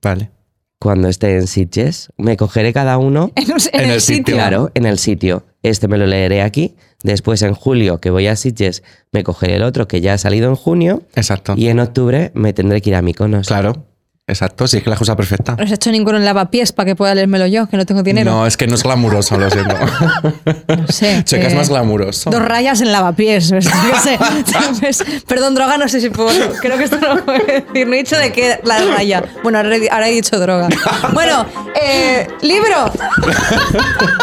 [SPEAKER 3] Vale.
[SPEAKER 2] cuando esté en Sitges. Me cogeré cada uno,
[SPEAKER 1] En, un- en
[SPEAKER 3] En
[SPEAKER 1] el,
[SPEAKER 3] el sitio.
[SPEAKER 1] sitio.
[SPEAKER 2] claro, en el sitio. Este me lo leeré aquí. Después en julio que voy a Sitges me cogeré el otro que ya ha salido en junio.
[SPEAKER 3] Exacto.
[SPEAKER 2] Y en octubre me tendré que ir a Mykonos.
[SPEAKER 3] Claro. Exacto. Sí, es que la cosa perfecta.
[SPEAKER 1] No os he hecho ninguno en lavapiés para que pueda leérmelo yo, que no tengo dinero.
[SPEAKER 3] No, es que no es glamuroso, lo siento.
[SPEAKER 1] No, sé.
[SPEAKER 3] Checa es
[SPEAKER 1] eh,
[SPEAKER 3] más glamuroso.
[SPEAKER 1] Dos rayas en lavapiés. ¿ves? Yo qué sé. ¿Ves? Perdón, droga, no sé si puedo. Creo que esto no lo puedo decir. No he dicho de qué la raya. Bueno, ahora he, ahora he dicho droga. Bueno, eh, libro.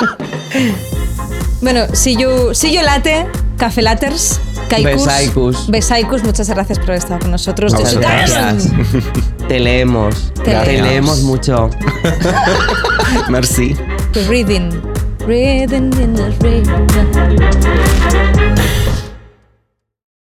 [SPEAKER 1] bueno, si yo, si yo late, Café Laters, Kaikus.
[SPEAKER 2] Besaikus.
[SPEAKER 1] Besaikus, muchas gracias por estar con nosotros. Yo
[SPEAKER 2] Muchas
[SPEAKER 1] soy Carmen.
[SPEAKER 2] gracias. Te leemos.
[SPEAKER 1] Te
[SPEAKER 2] Te
[SPEAKER 1] leemos.
[SPEAKER 2] leemos mucho.
[SPEAKER 3] Merci.
[SPEAKER 1] Reading. Rhythm in the river.